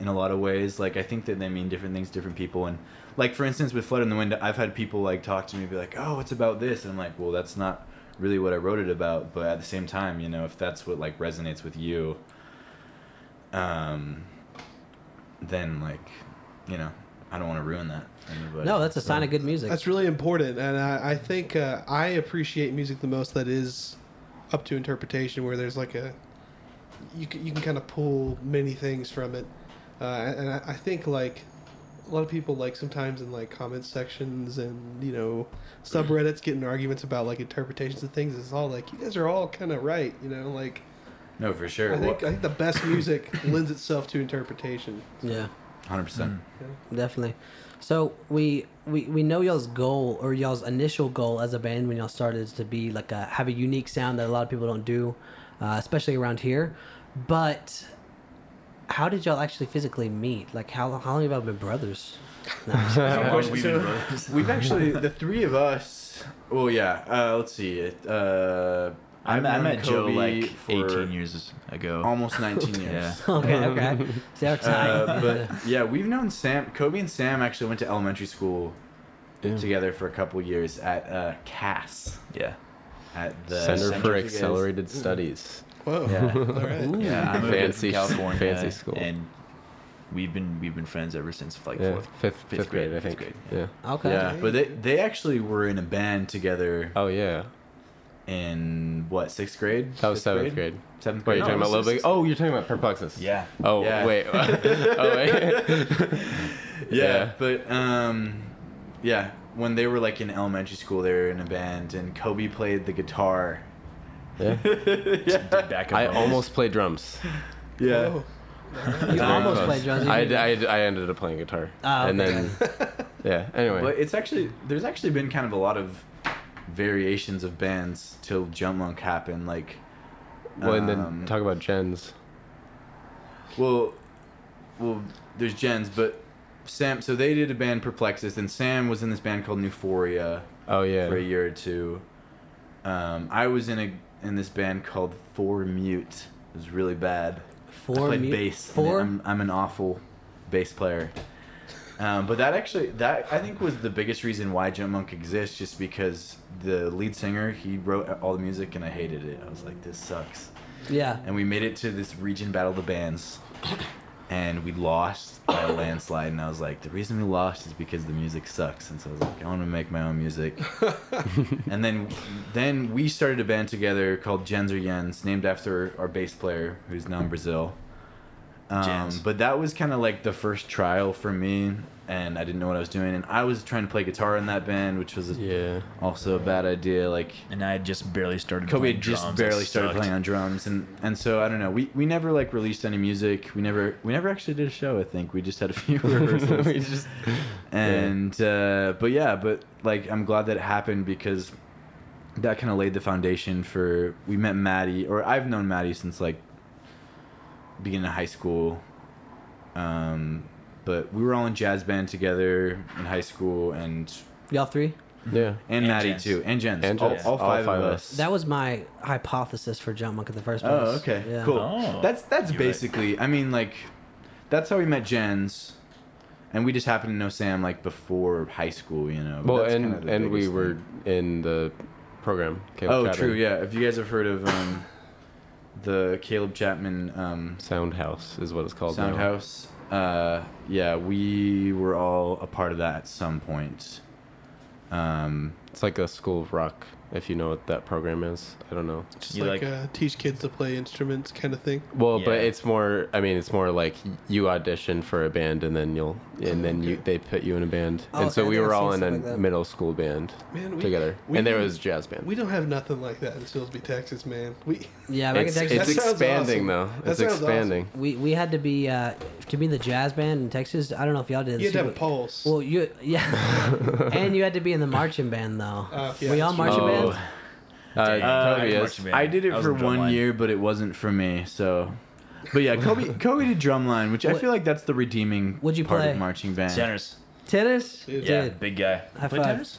Speaker 3: in a lot of ways. Like I think that they mean different things to different people and like for instance with Flood in the Wind, I've had people like talk to me be like, "Oh, it's about this." And I'm like, "Well, that's not really what I wrote it about, but at the same time, you know, if that's what like resonates with you, um then like, you know, I don't want to ruin that." for anybody.
Speaker 1: No, that's a sign
Speaker 3: So-
Speaker 1: of good music.
Speaker 2: That's really important, and I, I think uh, I appreciate music the most that is up to interpretation, where there's like a you can, you can kind of pull many things from it, uh, and I, I think like a lot of people like sometimes in like comment sections and you know subreddits get in arguments about like interpretations of things. It's all like you guys are all kind of right, you know. Like
Speaker 3: No, for sure.
Speaker 2: I think I think the best music [laughs] lends itself to interpretation.
Speaker 1: yeah.
Speaker 3: 100%.
Speaker 1: Hmm. Definitely. So we we we know y'all's goal or y'all's initial goal as a band when y'all started is to be like a have a unique sound that a lot of people don't do, uh, especially around here. But how did y'all actually physically meet? Like how how long have y'all been brothers? [laughs]
Speaker 5: Uh,
Speaker 3: We've actually the three of us. Well, yeah. Uh, let's see. It. Uh,
Speaker 4: I,
Speaker 3: I've
Speaker 4: met- I
Speaker 3: known
Speaker 4: met Joe
Speaker 3: Kobe
Speaker 4: like
Speaker 3: for Um,
Speaker 4: 18 years ago.
Speaker 3: almost
Speaker 5: [laughs]
Speaker 3: 19 years.
Speaker 4: Yeah.
Speaker 1: okay,
Speaker 3: [laughs]
Speaker 1: okay. See how exciting.
Speaker 3: Uh, but yeah, we've known Sam. Kobe and Sam actually went to elementary school
Speaker 5: Yeah.
Speaker 3: together for a couple years at uh, Cass
Speaker 4: Yeah.
Speaker 3: at the
Speaker 5: Center, for
Speaker 3: you guys-
Speaker 5: Accelerated Studies.
Speaker 2: Whoa!
Speaker 3: Yeah.
Speaker 2: all right.
Speaker 4: Yeah, I moved
Speaker 5: Fancy-
Speaker 4: to California,
Speaker 5: fancy school.
Speaker 4: and we've been we've been friends ever since like
Speaker 5: Yeah,
Speaker 4: fourth,
Speaker 5: Mm-hmm. fifth, fifth, grade, I think. yeah.
Speaker 1: okay.
Speaker 3: Yeah, but they they actually were in a band together
Speaker 5: Oh yeah.
Speaker 3: in what sixth grade?
Speaker 5: That was
Speaker 3: Fifth
Speaker 5: seventh grade.
Speaker 3: Seventh grade.
Speaker 5: Wait, you're talking
Speaker 3: No,
Speaker 5: about
Speaker 3: it was
Speaker 5: Little Big?
Speaker 3: sixth-
Speaker 5: Oh, you're talking about Perplexus.
Speaker 4: Yeah.
Speaker 5: Oh
Speaker 3: Yeah.
Speaker 5: [laughs] wait. oh wait.
Speaker 3: yeah,
Speaker 5: [laughs] Yeah.
Speaker 3: but um, yeah, when they were like in elementary school, they were in a band, and Kobe played the guitar.
Speaker 5: Yeah.
Speaker 4: Did backup
Speaker 5: I
Speaker 4: vocals.
Speaker 5: almost played drums.
Speaker 3: Yeah,
Speaker 5: Oh.
Speaker 2: Whoa.
Speaker 1: you
Speaker 5: Very
Speaker 1: almost
Speaker 5: close.
Speaker 1: played drums.
Speaker 5: I,
Speaker 1: You-
Speaker 5: I, I ended up playing guitar.
Speaker 1: Ah,
Speaker 5: and
Speaker 1: okay.
Speaker 5: then,
Speaker 1: [laughs]
Speaker 5: yeah. Anyway.
Speaker 3: but it's actually there's actually been kind of a lot of variations of bands till Jump Monk happened. Like,
Speaker 5: well,
Speaker 3: um,
Speaker 5: and then talk about Jen's.
Speaker 3: Well, well, there's Jen's, but Sam. So they did a band Perplexus, and Sam was in this band called Euphoria
Speaker 5: Oh yeah.
Speaker 3: for a year or two. Um, I was in a in this band called Four Mute. It was really bad. I
Speaker 1: four
Speaker 3: played
Speaker 1: mu-
Speaker 3: bass. and
Speaker 1: Four.
Speaker 3: I'm, I'm an awful bass player. Um, but that actually, that I think was the biggest reason why Jump Monk exists, just because the lead singer he wrote all the music and I hated it. I was like, this sucks.
Speaker 1: yeah.
Speaker 3: And we made it to this region battle of the bands, and we lost by a landslide. And I was like, the reason we lost is because the music sucks. And so I was like, I want to make my own music. and then, then we started a band together called Jens or Jens, named after our bass player, who's now in Brazil. Um,
Speaker 4: Jens.
Speaker 3: but that was kind of like the first trial for me, and I didn't know what I was doing. And I was trying to play guitar in that band, which was
Speaker 5: Yeah.
Speaker 3: also a bad idea. Like
Speaker 4: and I had just barely started.
Speaker 3: Kobe
Speaker 4: playing
Speaker 3: had just
Speaker 4: drums. I
Speaker 3: barely started
Speaker 4: sucked.
Speaker 3: playing on drums, and and so I don't know. We we never like released any music. We never we never actually did a show. I think we just had a [laughs] few
Speaker 4: [laughs]
Speaker 3: rehearsals.
Speaker 5: we just.
Speaker 3: and uh, but yeah, but like I'm glad that it happened because that kind of laid the foundation for. We met Maddie, or I've known Maddie since like beginning of high school. Um, but we were all in jazz band together in high school, and
Speaker 1: Y'all three.
Speaker 5: Yeah.
Speaker 3: and,
Speaker 4: And
Speaker 3: Maddie
Speaker 4: Jens.
Speaker 3: too, and Jens,
Speaker 5: And
Speaker 3: all,
Speaker 5: Jens.
Speaker 3: all
Speaker 5: All
Speaker 3: five
Speaker 5: five
Speaker 3: of
Speaker 5: of
Speaker 3: us.
Speaker 1: That was my hypothesis for Jump Monk in the first place.
Speaker 3: Oh, okay,
Speaker 1: Yeah.
Speaker 3: cool.
Speaker 4: Oh.
Speaker 3: That's that's
Speaker 4: You're right.
Speaker 3: basically. I mean, like, that's how we met Jens, and we just happened to know Sam like before high school, you know. but
Speaker 5: Well,
Speaker 3: that's
Speaker 5: and
Speaker 3: kinda the
Speaker 5: and we
Speaker 3: biggest
Speaker 5: were
Speaker 3: thing.
Speaker 5: in the program. Caleb
Speaker 3: Oh,
Speaker 5: Chapman.
Speaker 3: true. Yeah. If you guys have heard of um, the Caleb Chapman um,
Speaker 5: Soundhouse is what it's called. now.
Speaker 3: Soundhouse. Uh, yeah, we were all a part of that at some point. Um,
Speaker 5: It's like a school of rock, if you know what that program is. I don't know.
Speaker 2: Just
Speaker 4: You
Speaker 2: like,
Speaker 4: like-
Speaker 2: uh, teach kids to play instruments kind of thing.
Speaker 5: Well, but
Speaker 4: Yeah.
Speaker 5: it's more. I mean, it's more like you audition for a band, and then you'll, and then you they put you in a band,
Speaker 1: Oh,
Speaker 5: and so
Speaker 1: okay, I
Speaker 5: we
Speaker 1: think
Speaker 5: were
Speaker 1: I've
Speaker 5: all
Speaker 1: seen
Speaker 5: in a
Speaker 1: stuff like that.
Speaker 5: middle school band
Speaker 2: Man, we-
Speaker 5: together,
Speaker 2: we
Speaker 5: and there
Speaker 2: can-
Speaker 5: was jazz band.
Speaker 2: We don't have nothing like that in Silsby, Texas, man. We [laughs]
Speaker 1: Yeah, back in
Speaker 5: it's
Speaker 1: Texas,
Speaker 5: it's
Speaker 2: That sounds
Speaker 5: expanding
Speaker 2: awesome.
Speaker 5: though.
Speaker 2: That
Speaker 5: It's
Speaker 2: sounds awesome.
Speaker 5: expanding.
Speaker 1: we we had to be uh, to be in the jazz band in Texas. I don't know if y'all did.
Speaker 2: you
Speaker 1: this,
Speaker 2: had to have a
Speaker 1: but-
Speaker 2: pulse.
Speaker 1: Well, you yeah, and you had to be in the marching band though.
Speaker 2: Uh, yeah,
Speaker 1: we all
Speaker 2: that's
Speaker 1: marching
Speaker 3: true.
Speaker 1: bands.
Speaker 3: Oh.
Speaker 5: Uh,
Speaker 4: Dang,
Speaker 5: Toby
Speaker 4: I
Speaker 5: is-
Speaker 4: marching band.
Speaker 3: I did it
Speaker 4: I was
Speaker 3: for
Speaker 4: in
Speaker 3: one
Speaker 4: drumline.
Speaker 3: year, but it wasn't for me. So, but yeah,
Speaker 5: [laughs]
Speaker 3: Kobe Kobe did drumline, which I
Speaker 1: What-
Speaker 3: feel like that's the redeeming
Speaker 1: What'd you
Speaker 3: part
Speaker 1: play?
Speaker 3: of marching band.
Speaker 4: Tenors.
Speaker 1: Tennis,
Speaker 2: Dude,
Speaker 4: Yeah,
Speaker 1: Dude.
Speaker 4: big guy.
Speaker 1: High
Speaker 4: Play
Speaker 1: five.
Speaker 4: tenors?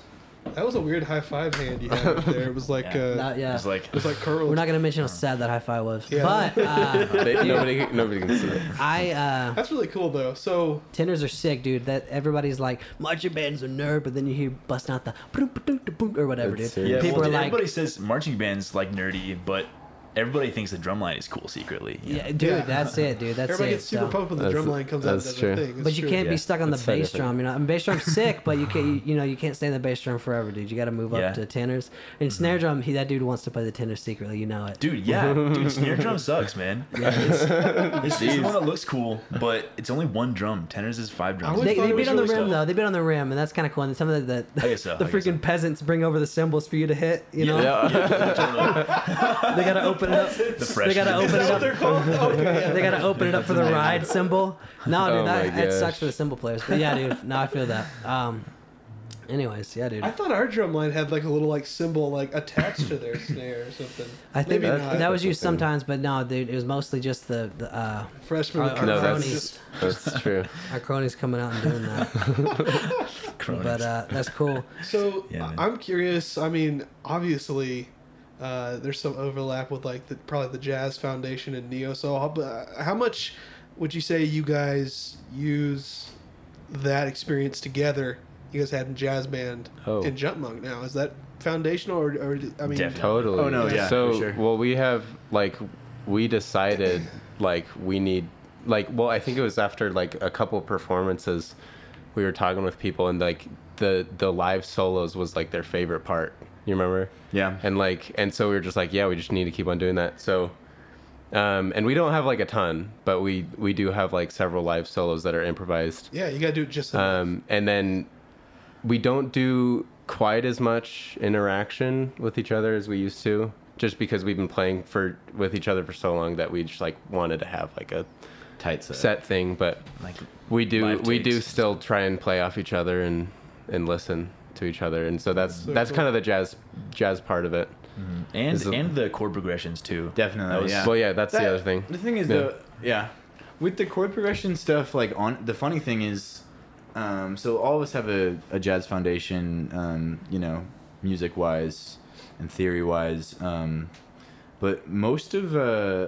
Speaker 2: that was a weird high five hand you had up there. It was like
Speaker 4: Yeah.
Speaker 2: uh,
Speaker 1: Not- [laughs]
Speaker 4: It
Speaker 1: yeah.
Speaker 4: was like
Speaker 2: it was like curls.
Speaker 1: We're not gonna mention how sad that high five was,
Speaker 2: Yeah.
Speaker 1: but
Speaker 2: [laughs]
Speaker 1: uh,
Speaker 5: They- nobody, nobody can see it.
Speaker 1: I uh,
Speaker 2: That's really cool though. So
Speaker 1: tenors are sick, dude. That everybody's like marching band's a nerd, but then you hear busting out the boom, boom, boom, boom, or whatever,
Speaker 5: That's
Speaker 1: dude.
Speaker 5: serious.
Speaker 4: Yeah,
Speaker 1: People
Speaker 4: well,
Speaker 1: are
Speaker 4: dude,
Speaker 1: like,
Speaker 4: everybody says marching band's like nerdy, but everybody thinks the drumline is cool secretly. you know?
Speaker 1: yeah, dude, that's it, dude. That's
Speaker 2: everybody
Speaker 1: it.
Speaker 2: gets super
Speaker 1: so.
Speaker 2: pumped when the
Speaker 5: That's-
Speaker 2: drum line comes out.
Speaker 5: that's
Speaker 2: That's true.
Speaker 5: true.
Speaker 2: Thing. It's
Speaker 1: But you
Speaker 2: true. [laughs]
Speaker 1: can't
Speaker 4: Yeah,
Speaker 1: be stuck on the
Speaker 5: that's so
Speaker 1: bass
Speaker 5: different.
Speaker 1: drum. You know, and bass drum's sick, but you can't. You, you know, you can't stay in the bass drum forever, dude. You got to move
Speaker 4: Yeah.
Speaker 1: up to tenors and snare drum. He that dude wants to play the tenor secretly. You know it.
Speaker 4: Dude,
Speaker 1: [laughs]
Speaker 4: yeah, dude, snare drum sucks, man. [laughs] It's, it's, it's the one that looks cool, but it's only one drum. Tenors is five drums.
Speaker 2: always
Speaker 1: They,
Speaker 2: thought
Speaker 1: they
Speaker 2: it
Speaker 1: beat
Speaker 2: was
Speaker 1: on the
Speaker 2: really
Speaker 1: rim
Speaker 4: slow.
Speaker 1: though. They beat on the rim, and that's kind of cool. And some of the
Speaker 4: I
Speaker 1: the,
Speaker 4: guess so,
Speaker 1: the
Speaker 4: I guess
Speaker 1: freaking
Speaker 4: so.
Speaker 1: peasants bring over the cymbals for you to hit. You know,
Speaker 5: Yeah.
Speaker 1: they gotta open it up.
Speaker 4: The
Speaker 1: They
Speaker 4: freshman.
Speaker 1: gotta open it
Speaker 2: That's
Speaker 1: up.
Speaker 2: what they're called. Okay, yeah.
Speaker 1: [laughs] They gotta open it up for the ride symbol. No, dude,
Speaker 5: Oh my
Speaker 1: that, that
Speaker 5: gosh.
Speaker 1: sucks for the symbol players. But yeah, dude, no, I feel that. Um, anyways, yeah, dude.
Speaker 2: I thought our drum line had like a little like symbol like attached to their snare or something.
Speaker 1: I think
Speaker 2: Maybe
Speaker 1: that,
Speaker 2: not.
Speaker 1: that was used
Speaker 5: That's okay.
Speaker 1: sometimes, but no, dude, it was mostly just the, the uh,
Speaker 2: freshman.
Speaker 1: No,
Speaker 2: Our,
Speaker 5: [laughs] No,
Speaker 1: Cronies.
Speaker 5: that's that's true.
Speaker 1: our [laughs] cronies coming out and doing that. [laughs]
Speaker 4: Cronies.
Speaker 1: but uh, that's cool.
Speaker 2: So
Speaker 4: Yeah,
Speaker 2: I-
Speaker 4: man.
Speaker 2: I'm curious. I mean, obviously, uh, there's some overlap with like the, probably the Jazz Foundation and Neo Soul. But uh, how much would you say you guys use that experience together? You guys had in jazz band
Speaker 5: Oh.
Speaker 2: in Jump Monk now. Is that foundational or, or I mean,
Speaker 4: Definitely.
Speaker 3: [laughs]
Speaker 5: Totally.
Speaker 3: Oh, no, yeah,
Speaker 5: So
Speaker 3: for sure.
Speaker 5: well, we have like we decided like we need like well, I think it was after like a couple performances, we were talking with people and like the the live solos was like their favorite part. You remember?
Speaker 3: Yeah.
Speaker 5: And like and so we were just like, yeah, we just need to keep on doing that. So. Um, and we don't have like a ton, but we we do have like several live solos that are improvised.
Speaker 2: yeah, you gotta do it just.
Speaker 5: Um, and then we don't do quite as much interaction with each other as we used to, just because we've been playing for with each other for so long that we just like wanted to have like a
Speaker 3: Tight set.
Speaker 5: set thing. But
Speaker 4: Like,
Speaker 5: we do
Speaker 4: Live
Speaker 5: we do
Speaker 4: takes.
Speaker 5: still try and play off each other and and listen to each other, and so that's
Speaker 2: So
Speaker 5: that's
Speaker 2: cool.
Speaker 5: kind of the jazz jazz part of it.
Speaker 4: and
Speaker 5: Is it-
Speaker 4: and the chord progressions too.
Speaker 3: Definitely.
Speaker 4: That was-
Speaker 3: yeah.
Speaker 5: Well, yeah, that's the
Speaker 3: That-
Speaker 5: other thing.
Speaker 3: The thing is,
Speaker 5: Yeah.
Speaker 3: though, yeah, with the chord progression stuff, like on the funny thing is, um, so all of us have a, a jazz foundation, um, you know, music wise and theory wise, um, but most of uh,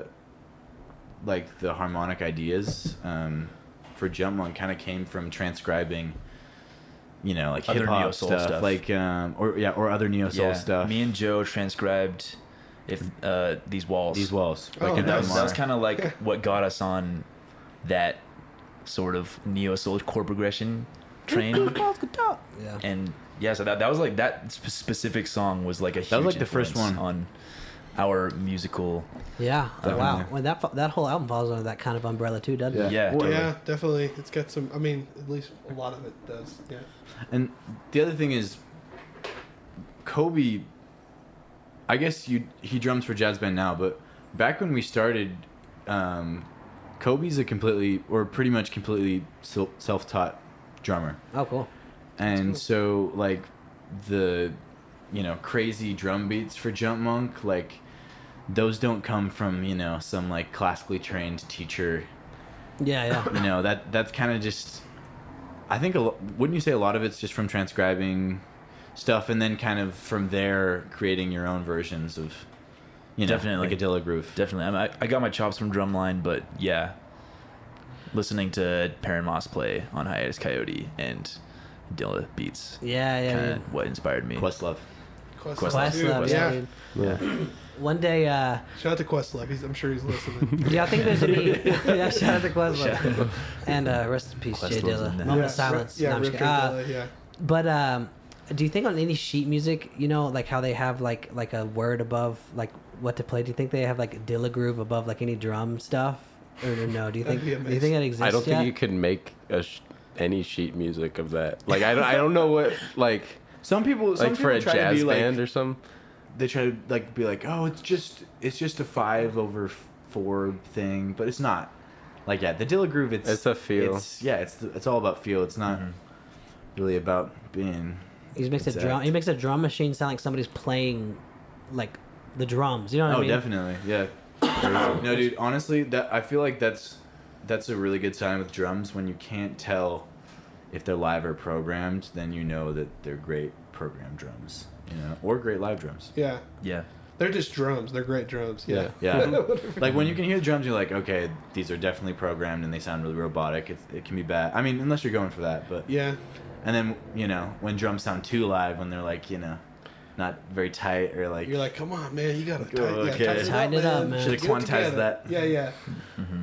Speaker 3: like the harmonic ideas um, for Jump Monk kind of came from transcribing. You know, like
Speaker 4: Other
Speaker 3: hip hop
Speaker 4: neo-soul
Speaker 3: stuff,
Speaker 4: stuff.
Speaker 3: like um, or yeah, or other neo soul
Speaker 4: Yeah,
Speaker 3: stuff.
Speaker 4: Me and Joe transcribed if uh, these walls.
Speaker 3: these walls,
Speaker 2: Oh,
Speaker 3: like
Speaker 4: And
Speaker 3: an
Speaker 4: that was, that
Speaker 3: LMR.
Speaker 4: was kind of like what got us on that sort of neo soul chord progression train.
Speaker 1: [laughs] Yeah.
Speaker 4: and yeah, so that, that was like that sp- specific song was like a huge
Speaker 3: That was, like, the first
Speaker 4: influence
Speaker 3: one.
Speaker 4: on our musical.
Speaker 1: Yeah. Oh,
Speaker 3: Definitely.
Speaker 1: Wow. Well, that fo- that whole album falls under that kind of umbrella too, doesn't
Speaker 3: Yeah.
Speaker 1: it?
Speaker 4: Yeah,
Speaker 3: Well,
Speaker 4: totally.
Speaker 2: yeah, definitely. It's got some. I mean, at least a lot of it does. Yeah.
Speaker 3: And the other thing is, Kobe. I guess you he drums for jazz band now, but back when we started, um, Kobe's a completely or pretty much completely self taught drummer,
Speaker 1: Oh, cool.
Speaker 3: and so like the you know crazy drum beats for Jump Monk like those don't come from you know some like classically trained teacher
Speaker 1: Yeah, yeah.
Speaker 3: you know that that's kind of just i think a, lo- wouldn't you say a lot of it's just from transcribing stuff and then kind of from there creating your own versions of you know
Speaker 4: Definitely.
Speaker 3: like a dilla groove
Speaker 4: Definitely. I, mean, I, I got my chops from drumline, but yeah, listening to Perrin Moss play on Hiatus Coyote and Dilla beats
Speaker 1: Yeah, yeah.
Speaker 4: kind
Speaker 1: yeah.
Speaker 4: of what inspired me.
Speaker 3: questlove
Speaker 2: Questlove.
Speaker 4: Questlove.
Speaker 2: Dude,
Speaker 1: Questlove, yeah.
Speaker 2: yeah.
Speaker 1: dude.
Speaker 5: Yeah.
Speaker 1: One day, uh,
Speaker 2: Shout out to Questlove. He's, I'm sure he's listening.
Speaker 1: yeah, I think [laughs] there's a need. yeah, shout out to Questlove. and uh, rest in peace, Jay
Speaker 4: Questlove's
Speaker 1: Dilla.
Speaker 4: in there.
Speaker 1: Moment
Speaker 2: yeah,
Speaker 1: of silence.
Speaker 2: Yeah,
Speaker 1: No, I'm just
Speaker 2: Rip
Speaker 1: kidding. Uh,
Speaker 2: Van Dilla, yeah.
Speaker 1: But um, do you think on any sheet music, you know, like how they have like like a word above like what to play? Do you think they have like Dilla groove above like any drum stuff, or no? Do you think
Speaker 2: That'd
Speaker 1: do
Speaker 2: be
Speaker 1: you
Speaker 2: amazing.
Speaker 1: think that exists?
Speaker 5: I don't think
Speaker 1: yet?
Speaker 5: you could make a sh- any sheet music of that. Like I don't, I don't know what like
Speaker 3: Some people, some
Speaker 5: like for
Speaker 3: people try
Speaker 5: a
Speaker 3: to
Speaker 5: jazz
Speaker 3: be
Speaker 5: band
Speaker 3: like,
Speaker 5: or something.
Speaker 3: they try to like be like, oh, it's just it's just a five over f- four thing, but it's not. Like yeah, the Dilla groove, it's
Speaker 5: It's a feel. Mm-hmm.
Speaker 3: It's, yeah, it's it's all about feel. It's not really about being.
Speaker 1: He just makes a drum.
Speaker 3: Exact.
Speaker 1: He makes a drum machine sound like somebody's playing, like the drums. You know what
Speaker 3: oh,
Speaker 1: I mean?
Speaker 3: definitely, yeah. no, dude, honestly, that I feel like that's that's a really good sign with drums when you can't tell if they're live or programmed. Then you know that they're great programmed drums, you know, or great live drums.
Speaker 2: Yeah.
Speaker 4: Yeah.
Speaker 2: They're just drums. They're great drums. Yeah.
Speaker 3: Yeah. like when you can hear the drums, you're like, okay, these are definitely programmed and they sound really robotic. It, it can be bad. I mean, unless you're going for that,
Speaker 2: [laughs]
Speaker 3: but
Speaker 2: Yeah.
Speaker 3: and then you know when drums sound too live, when they're like you know, not very tight or like
Speaker 2: You're like, come on, man. You got to
Speaker 3: Go,
Speaker 2: tighten,
Speaker 3: okay.
Speaker 2: yeah, tighten,
Speaker 1: Tighten it up, man.
Speaker 3: Should've
Speaker 2: Get it
Speaker 3: quantized
Speaker 2: together.
Speaker 3: that.
Speaker 2: Yeah, yeah.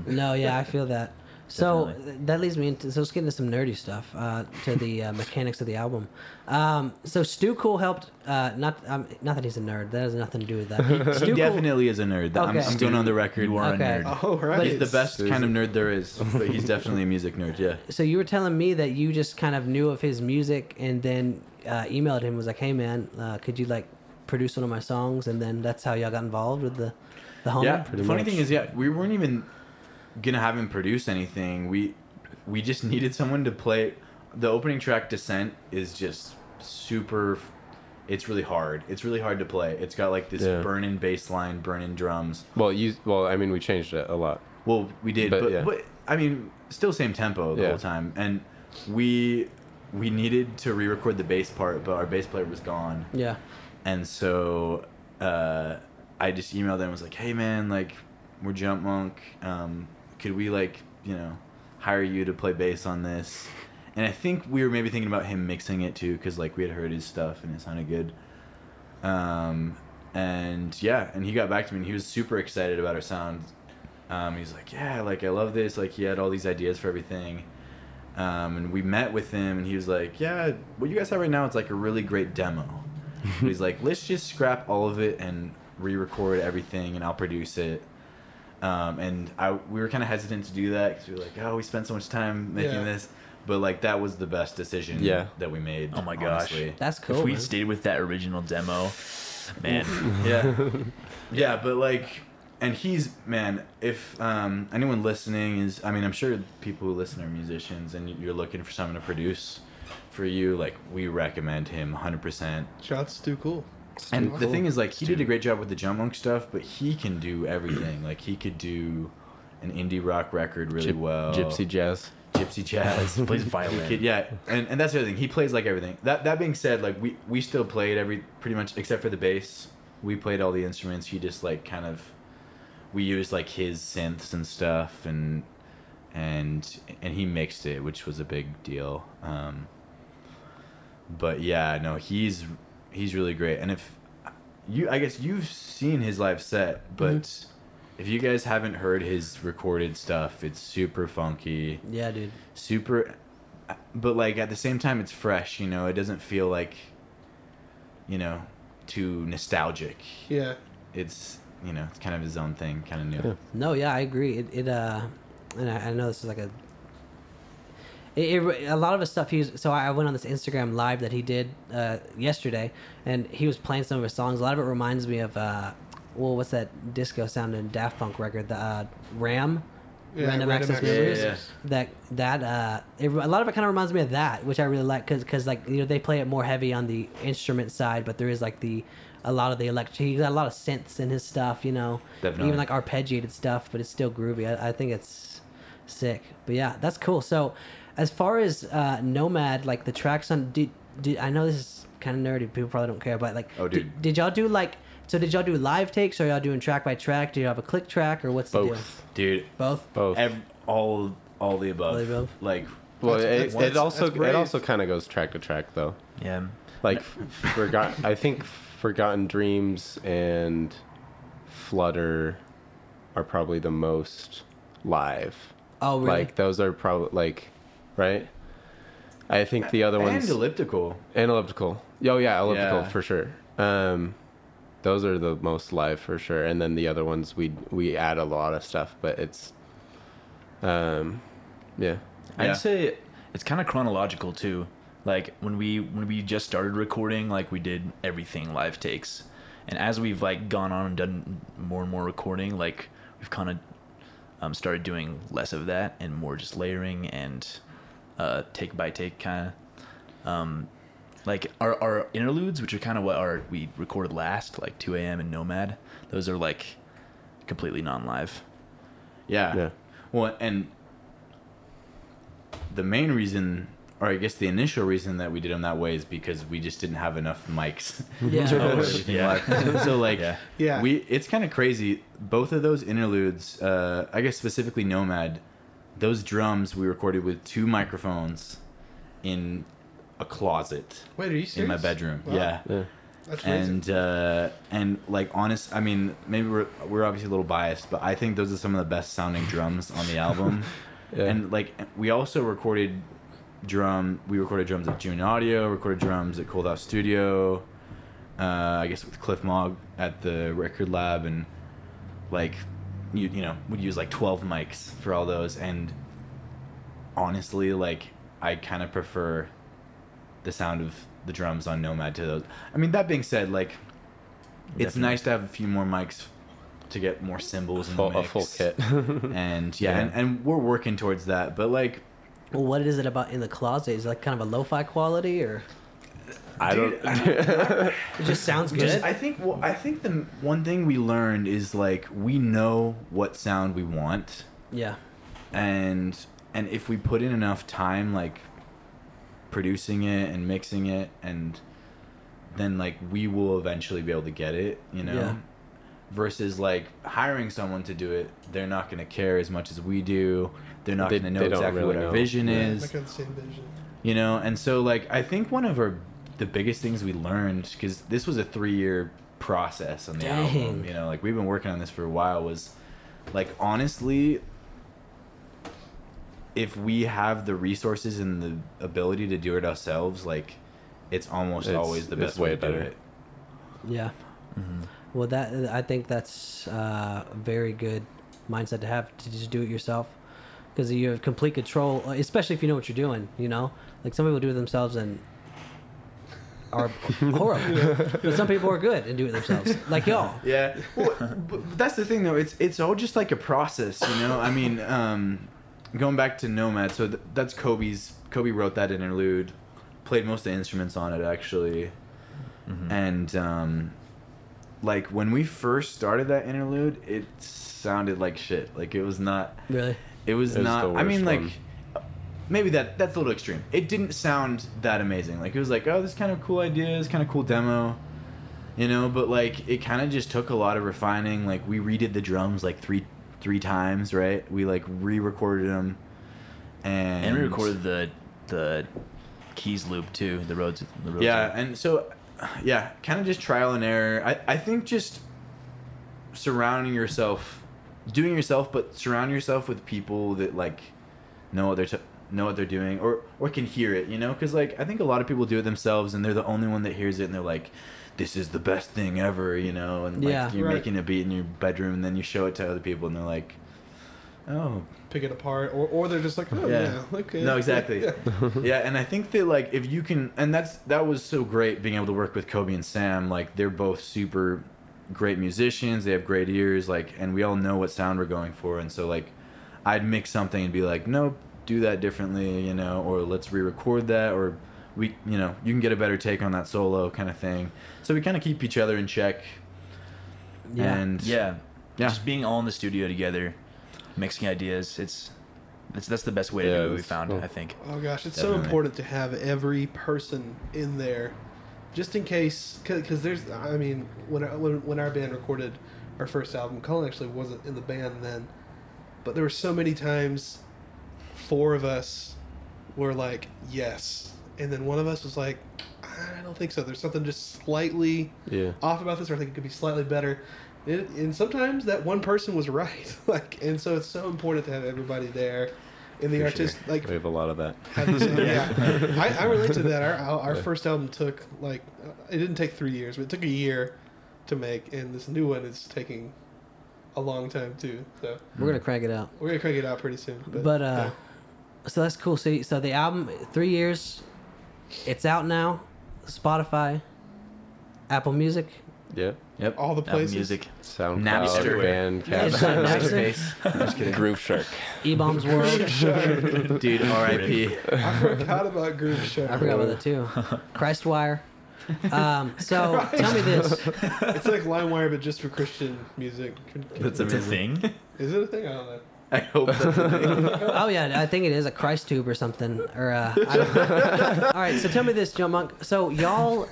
Speaker 1: No, yeah, I feel that. So
Speaker 4: Definitely.
Speaker 1: th- that leads me into so let's get into some nerdy stuff uh, to the uh, mechanics of the album. Um, so Stu Cool helped. Uh, not um, not that he's a nerd. That has nothing to do with
Speaker 3: [laughs]
Speaker 1: that.
Speaker 3: he
Speaker 1: Stu Cool,
Speaker 3: definitely is a nerd. I'm,
Speaker 1: Okay.
Speaker 3: I'm going on the record. You
Speaker 1: are a
Speaker 3: are
Speaker 1: Okay.
Speaker 3: a
Speaker 1: nerd.
Speaker 3: nerd.
Speaker 2: Oh, right.
Speaker 3: He's the best kind of nerd there
Speaker 5: [laughs]
Speaker 3: is. But he's definitely a music nerd. Yeah.
Speaker 1: so you were telling me that you just kind of knew of his music and then uh, emailed him was like, hey man, uh, could you like produce one of my songs? And then that's how y'all got involved with the the homie.
Speaker 3: Yeah.
Speaker 5: pretty
Speaker 3: Funny
Speaker 5: much.
Speaker 3: thing is, yeah, we weren't even gonna have him produce anything. We we just [laughs] needed someone to play. The opening track, Descent, is just super. It's really hard. It's really hard to play. It's got like this
Speaker 5: Yeah.
Speaker 3: burning bass line, burning drums.
Speaker 5: Well, you well, I mean, we changed it a lot.
Speaker 3: Well, we did,
Speaker 5: But,
Speaker 3: but but,
Speaker 5: yeah.
Speaker 3: I mean, still same tempo the
Speaker 5: Yeah.
Speaker 3: whole time, and we we needed to re-record the bass part, but our bass player was gone,
Speaker 1: Yeah.
Speaker 3: and so uh, I just emailed them and was like, "Hey man, like we're Jump Monk, um, could we like you know hire you to play bass on this?" And I think we were maybe thinking about him mixing it too, because like we had heard his stuff and it sounded good. Um, and yeah, and he got back to me and he was super excited about our sound. Um, he's like, yeah, like I love this. Like he had all these ideas for everything. Um, and we met with him and he was like, yeah, what you guys have right now, it's like a really great
Speaker 4: [laughs]
Speaker 3: demo. But he's like, let's just scrap all of it and re-record everything and I'll produce it. Um, and I, we were kind of hesitant to do that because we were like, oh, we spent so much time making
Speaker 2: Yeah.
Speaker 3: this. But like that was the best decision
Speaker 5: Yeah.
Speaker 3: that we made.
Speaker 4: Oh my gosh.
Speaker 3: honestly.
Speaker 1: That's cool.
Speaker 4: if we
Speaker 1: man.
Speaker 4: stayed with that original demo, man,
Speaker 3: yeah [laughs] yeah but like and he's man if um, anyone listening is i mean i'm sure people who listen are musicians and you're looking for someone to produce for you like we recommend him 100%
Speaker 2: Shots too cool.
Speaker 3: and the
Speaker 2: Cool.
Speaker 3: thing is like he did a great job with the jump monk stuff but he can do everything like he could do an indie rock record really
Speaker 5: Gyp-
Speaker 2: Oh.
Speaker 3: well
Speaker 5: Gypsy jazz.
Speaker 3: gypsy jazz [laughs]
Speaker 4: plays
Speaker 3: He
Speaker 4: violin.
Speaker 3: could- yeah, and, and that's the other thing. He plays like everything. That that being said, like we we still played every pretty much except for the bass. We played all the instruments. He just like kind of we used like his synths and stuff, and and and he mixed it, which was a big deal. Um, but yeah, no, he's he's really great. And if you, I guess you've seen his live set, but. If you guys haven't heard his recorded stuff, it's super funky
Speaker 1: Yeah, dude.
Speaker 3: super but like at the same time it's fresh you know it doesn't feel like you know too nostalgic
Speaker 2: Yeah.
Speaker 3: it's you know it's kind of his own thing kind of new
Speaker 1: No, yeah, I agree. It, it uh, and I, I know this is like a. It, it, a lot of his stuff he was so I went on this Instagram live that he did uh, yesterday, and he was playing some of his songs. A lot of it reminds me of uh, well, what's that disco sounding Daft Punk record, the uh, Ram,
Speaker 2: Yeah,
Speaker 1: Random
Speaker 2: Random
Speaker 1: Access
Speaker 2: Access
Speaker 1: Memories.
Speaker 3: Memories.
Speaker 1: That that uh, it, a lot of it kind of reminds me of that, which I really like because like you know they play it more heavy on the instrument side, but there is like the a lot of the elect. He got a lot of synths in his stuff, you know,
Speaker 3: Definitely.
Speaker 1: even like arpeggiated stuff, but it's still groovy. I, I think it's sick. But yeah, that's cool. So, as far as uh, Nomad, like the tracks on, did, did I know this is kind of nerdy? People probably don't care, but like,
Speaker 3: Oh,
Speaker 1: did-
Speaker 3: dude.
Speaker 1: did, y'all do like? So did y'all do live takes, or y'all doing track by track? Do you have a click track, or what's the deal?
Speaker 5: Both.
Speaker 3: dude
Speaker 1: Both.
Speaker 5: Both.
Speaker 3: ev- all all the above,
Speaker 1: All the above?
Speaker 3: like
Speaker 5: well,
Speaker 2: That's-
Speaker 5: it,
Speaker 2: that's-
Speaker 5: it also
Speaker 2: that's brave. [laughs]
Speaker 5: it also kind of goes track to track though.
Speaker 4: yeah.
Speaker 5: Like, f- forgot. I think Forgotten Dreams and Flutter are probably the most live.
Speaker 1: Oh, really?
Speaker 5: Like those are probably like, right? I think the other ones
Speaker 3: And elliptical.
Speaker 5: and elliptical. Oh yeah, elliptical
Speaker 3: Yeah.
Speaker 5: for sure. Um, those are the most live for sure. And then the other ones we we add a lot of stuff, but it's, um, yeah,
Speaker 3: Yeah.
Speaker 4: I'd say it's kind of chronological too. Like when we when we just started recording, like we did everything live takes, and as we've like gone on and done more and more recording, like we've kind of um, started doing less of that and more just layering and uh, take by take kind of. Um, like our, our interludes, which are kind of what our we recorded last, like 2 a.m. and Nomad. Those are like completely non-live.
Speaker 3: Yeah.
Speaker 5: Yeah.
Speaker 3: Well, and the main reason, or I guess the initial reason that we did them that way is because we just didn't have enough mics [laughs]
Speaker 1: Yeah.
Speaker 3: to record
Speaker 4: Oh,
Speaker 3: everything
Speaker 4: yeah.
Speaker 3: live.
Speaker 4: [laughs]
Speaker 3: so like,
Speaker 4: Yeah.
Speaker 2: Yeah.
Speaker 3: we it's kind of crazy. Both of those interludes, uh, I guess specifically Nomad, those drums we recorded with two microphones in a closet
Speaker 2: Wait, are you serious?
Speaker 3: in my bedroom.
Speaker 2: Wow.
Speaker 3: Yeah
Speaker 5: yeah.
Speaker 2: That's crazy.
Speaker 3: and uh, and like honest, I mean, maybe we're we're obviously a little biased, but I think those are some of the best sounding drums on the album.
Speaker 5: Yeah.
Speaker 3: And like we also recorded drum, we recorded drums at June Audio, recorded drums at Cold House Studio, uh, I guess with Cliff Mogg at the Record Lab, and like you you know would use like twelve mics for all those. And honestly, like I kind of prefer the sound of the drums on Nomad to those. I mean, that being said, like, it's
Speaker 4: Definitely.
Speaker 3: nice to have a few more mics to get more cymbals in the
Speaker 5: Full, a
Speaker 3: mix.
Speaker 5: full [laughs] kit.
Speaker 3: [laughs] and yeah,
Speaker 4: Yeah.
Speaker 3: And, and we're working towards that. But like,
Speaker 1: Well, what is it about in the closet? Is it like kind of a lo-fi quality, or
Speaker 5: I don't.
Speaker 1: it just sounds good?
Speaker 3: just I think well, I think the one thing we learned is like we know what sound we want,
Speaker 1: yeah.
Speaker 3: and and if we put in enough time, like producing it and mixing it and then like we will eventually be able to get it, you know.
Speaker 1: Yeah.
Speaker 3: Versus like hiring someone to do it, they're not going to care as much as we do. They're not
Speaker 5: They-
Speaker 3: going to know
Speaker 5: they don't
Speaker 3: exactly
Speaker 5: really
Speaker 3: what our
Speaker 5: know.
Speaker 3: vision
Speaker 5: Yeah.
Speaker 2: I
Speaker 3: is,
Speaker 2: got the same vision.
Speaker 3: you know. And so like I think one of our the biggest things we learned because this was a three year process on the album,
Speaker 1: Dang.
Speaker 3: you know, like we've been working on this for a while was like honestly if we have the resources and the ability to do it ourselves, like it's almost
Speaker 5: It's-
Speaker 3: always the
Speaker 5: it's
Speaker 3: best way,
Speaker 5: way
Speaker 3: to do
Speaker 5: better.
Speaker 3: it.
Speaker 1: Yeah.
Speaker 3: Mm-hmm.
Speaker 1: Well, that I think that's uh, a very good mindset to have to just do it yourself, because you have complete control, uh, especially if you know what you're doing. You know, like some people do it themselves and
Speaker 3: [laughs]
Speaker 1: are horrible, but some people are good and do it themselves, like y'all.
Speaker 3: Yeah. Well, but but that's the thing though. It's it's all just like a process, you know. I mean, um, going back to Nomad. So th- that's Kobe's. Kobe wrote that interlude, played most of the instruments on it actually,
Speaker 4: Hmm.
Speaker 3: Mm-hmm. and um, like when we first started that interlude, it sounded like shit. Like it was not.
Speaker 1: Really?
Speaker 3: It was
Speaker 5: It was
Speaker 3: not.
Speaker 5: the
Speaker 3: I mean,
Speaker 5: worst
Speaker 3: like,
Speaker 5: one.
Speaker 3: maybe that that's a little extreme. It didn't sound that amazing. Like it was like, oh, this kind of cool idea, this kind of cool demo, you know. But like, it kind of just took a lot of refining. Like we redid the drums like three three times, right? We like re-recorded them, and
Speaker 4: And we recorded the the keys loop too. The roads. The roads
Speaker 3: Yeah,
Speaker 4: loop.
Speaker 3: and so, yeah, kind of just trial and error. I I think just surrounding yourself, doing yourself, but surround yourself with people that like know what they're t- know what they're doing or or can hear it. You know, because like I think a lot of people do it themselves and they're the only one that hears it and they're like. This is the best thing ever, you know, and like
Speaker 1: Yeah.
Speaker 3: you're
Speaker 2: Right.
Speaker 3: making a beat in your bedroom, and then you show it to other people, and they're like, "Oh,
Speaker 2: Pick it apart, or, or they're just like, oh yeah,
Speaker 3: yeah.
Speaker 2: okay. [laughs]
Speaker 3: No, exactly. yeah, and I think that like if you can, and that's that was so great being able to work with Kobe and Sam. Like they're both super great musicians. They have great ears. Like, and we all know what sound we're going for. And so like, I'd mix something and be like, nope, do that differently, you know, or let's re-record that, or we, you know, you can get a better take on that solo kind of thing. So we kind of keep each other in check.
Speaker 1: Yeah.
Speaker 3: And [laughs]
Speaker 4: yeah,
Speaker 3: Yeah.
Speaker 4: Just being all in the studio together, mixing ideas. It's it's that's the best way
Speaker 5: Yeah,
Speaker 4: to do it. We
Speaker 5: that's
Speaker 4: found
Speaker 5: cool.
Speaker 4: I think.
Speaker 2: Oh gosh, it's so
Speaker 3: Definitely.
Speaker 2: important to have every person in there, just in case, because there's. I mean, when our, when when our band recorded our first album, Colin actually wasn't in the band then, but there were so many times, four of us were like yes, and then one of us was like, I I don't think so. There's something just slightly
Speaker 5: Yeah.
Speaker 2: off about this, or I think it could be slightly better. It, and sometimes that one person was [laughs] right, like, and so it's so important to have everybody there, in the
Speaker 5: For
Speaker 2: artist,
Speaker 5: sure.
Speaker 2: like,
Speaker 5: we have a lot of that.
Speaker 2: have the same- yeah. I, I relate to that. Our, our, our first album took like uh, it didn't take three years, but it took a year to make, and this new one is taking a long time too. So
Speaker 1: We're gonna crank it out.
Speaker 2: we're gonna crank it out pretty soon. But,
Speaker 1: But uh, so that's cool. So so the album, three years, it's out now. Spotify, Apple Music.
Speaker 5: Yeah.
Speaker 2: yeah.
Speaker 3: Yep.
Speaker 2: all the
Speaker 4: Apple
Speaker 2: places.
Speaker 4: music.
Speaker 5: SoundCloud,
Speaker 3: Napster.
Speaker 5: [laughs]
Speaker 1: It's
Speaker 5: Bandcamp,
Speaker 1: on Napster,
Speaker 5: Groove Shark.
Speaker 1: E-Bombs World.
Speaker 3: Dude, R.I.P.
Speaker 2: I forgot about Groove
Speaker 3: [laughs]
Speaker 2: Shark.
Speaker 1: I forgot about that too. Christwire. Um, so tell me this.
Speaker 2: It's like LimeWire, but just for Christian music. Can- can-
Speaker 4: That's a thing.
Speaker 2: Is it a thing? I don't know.
Speaker 3: I hope that's the thing.
Speaker 1: Oh yeah, I think it is a Christ tube or something. Or uh, I don't know. all right, so tell me this, Joe Monk. So y'all,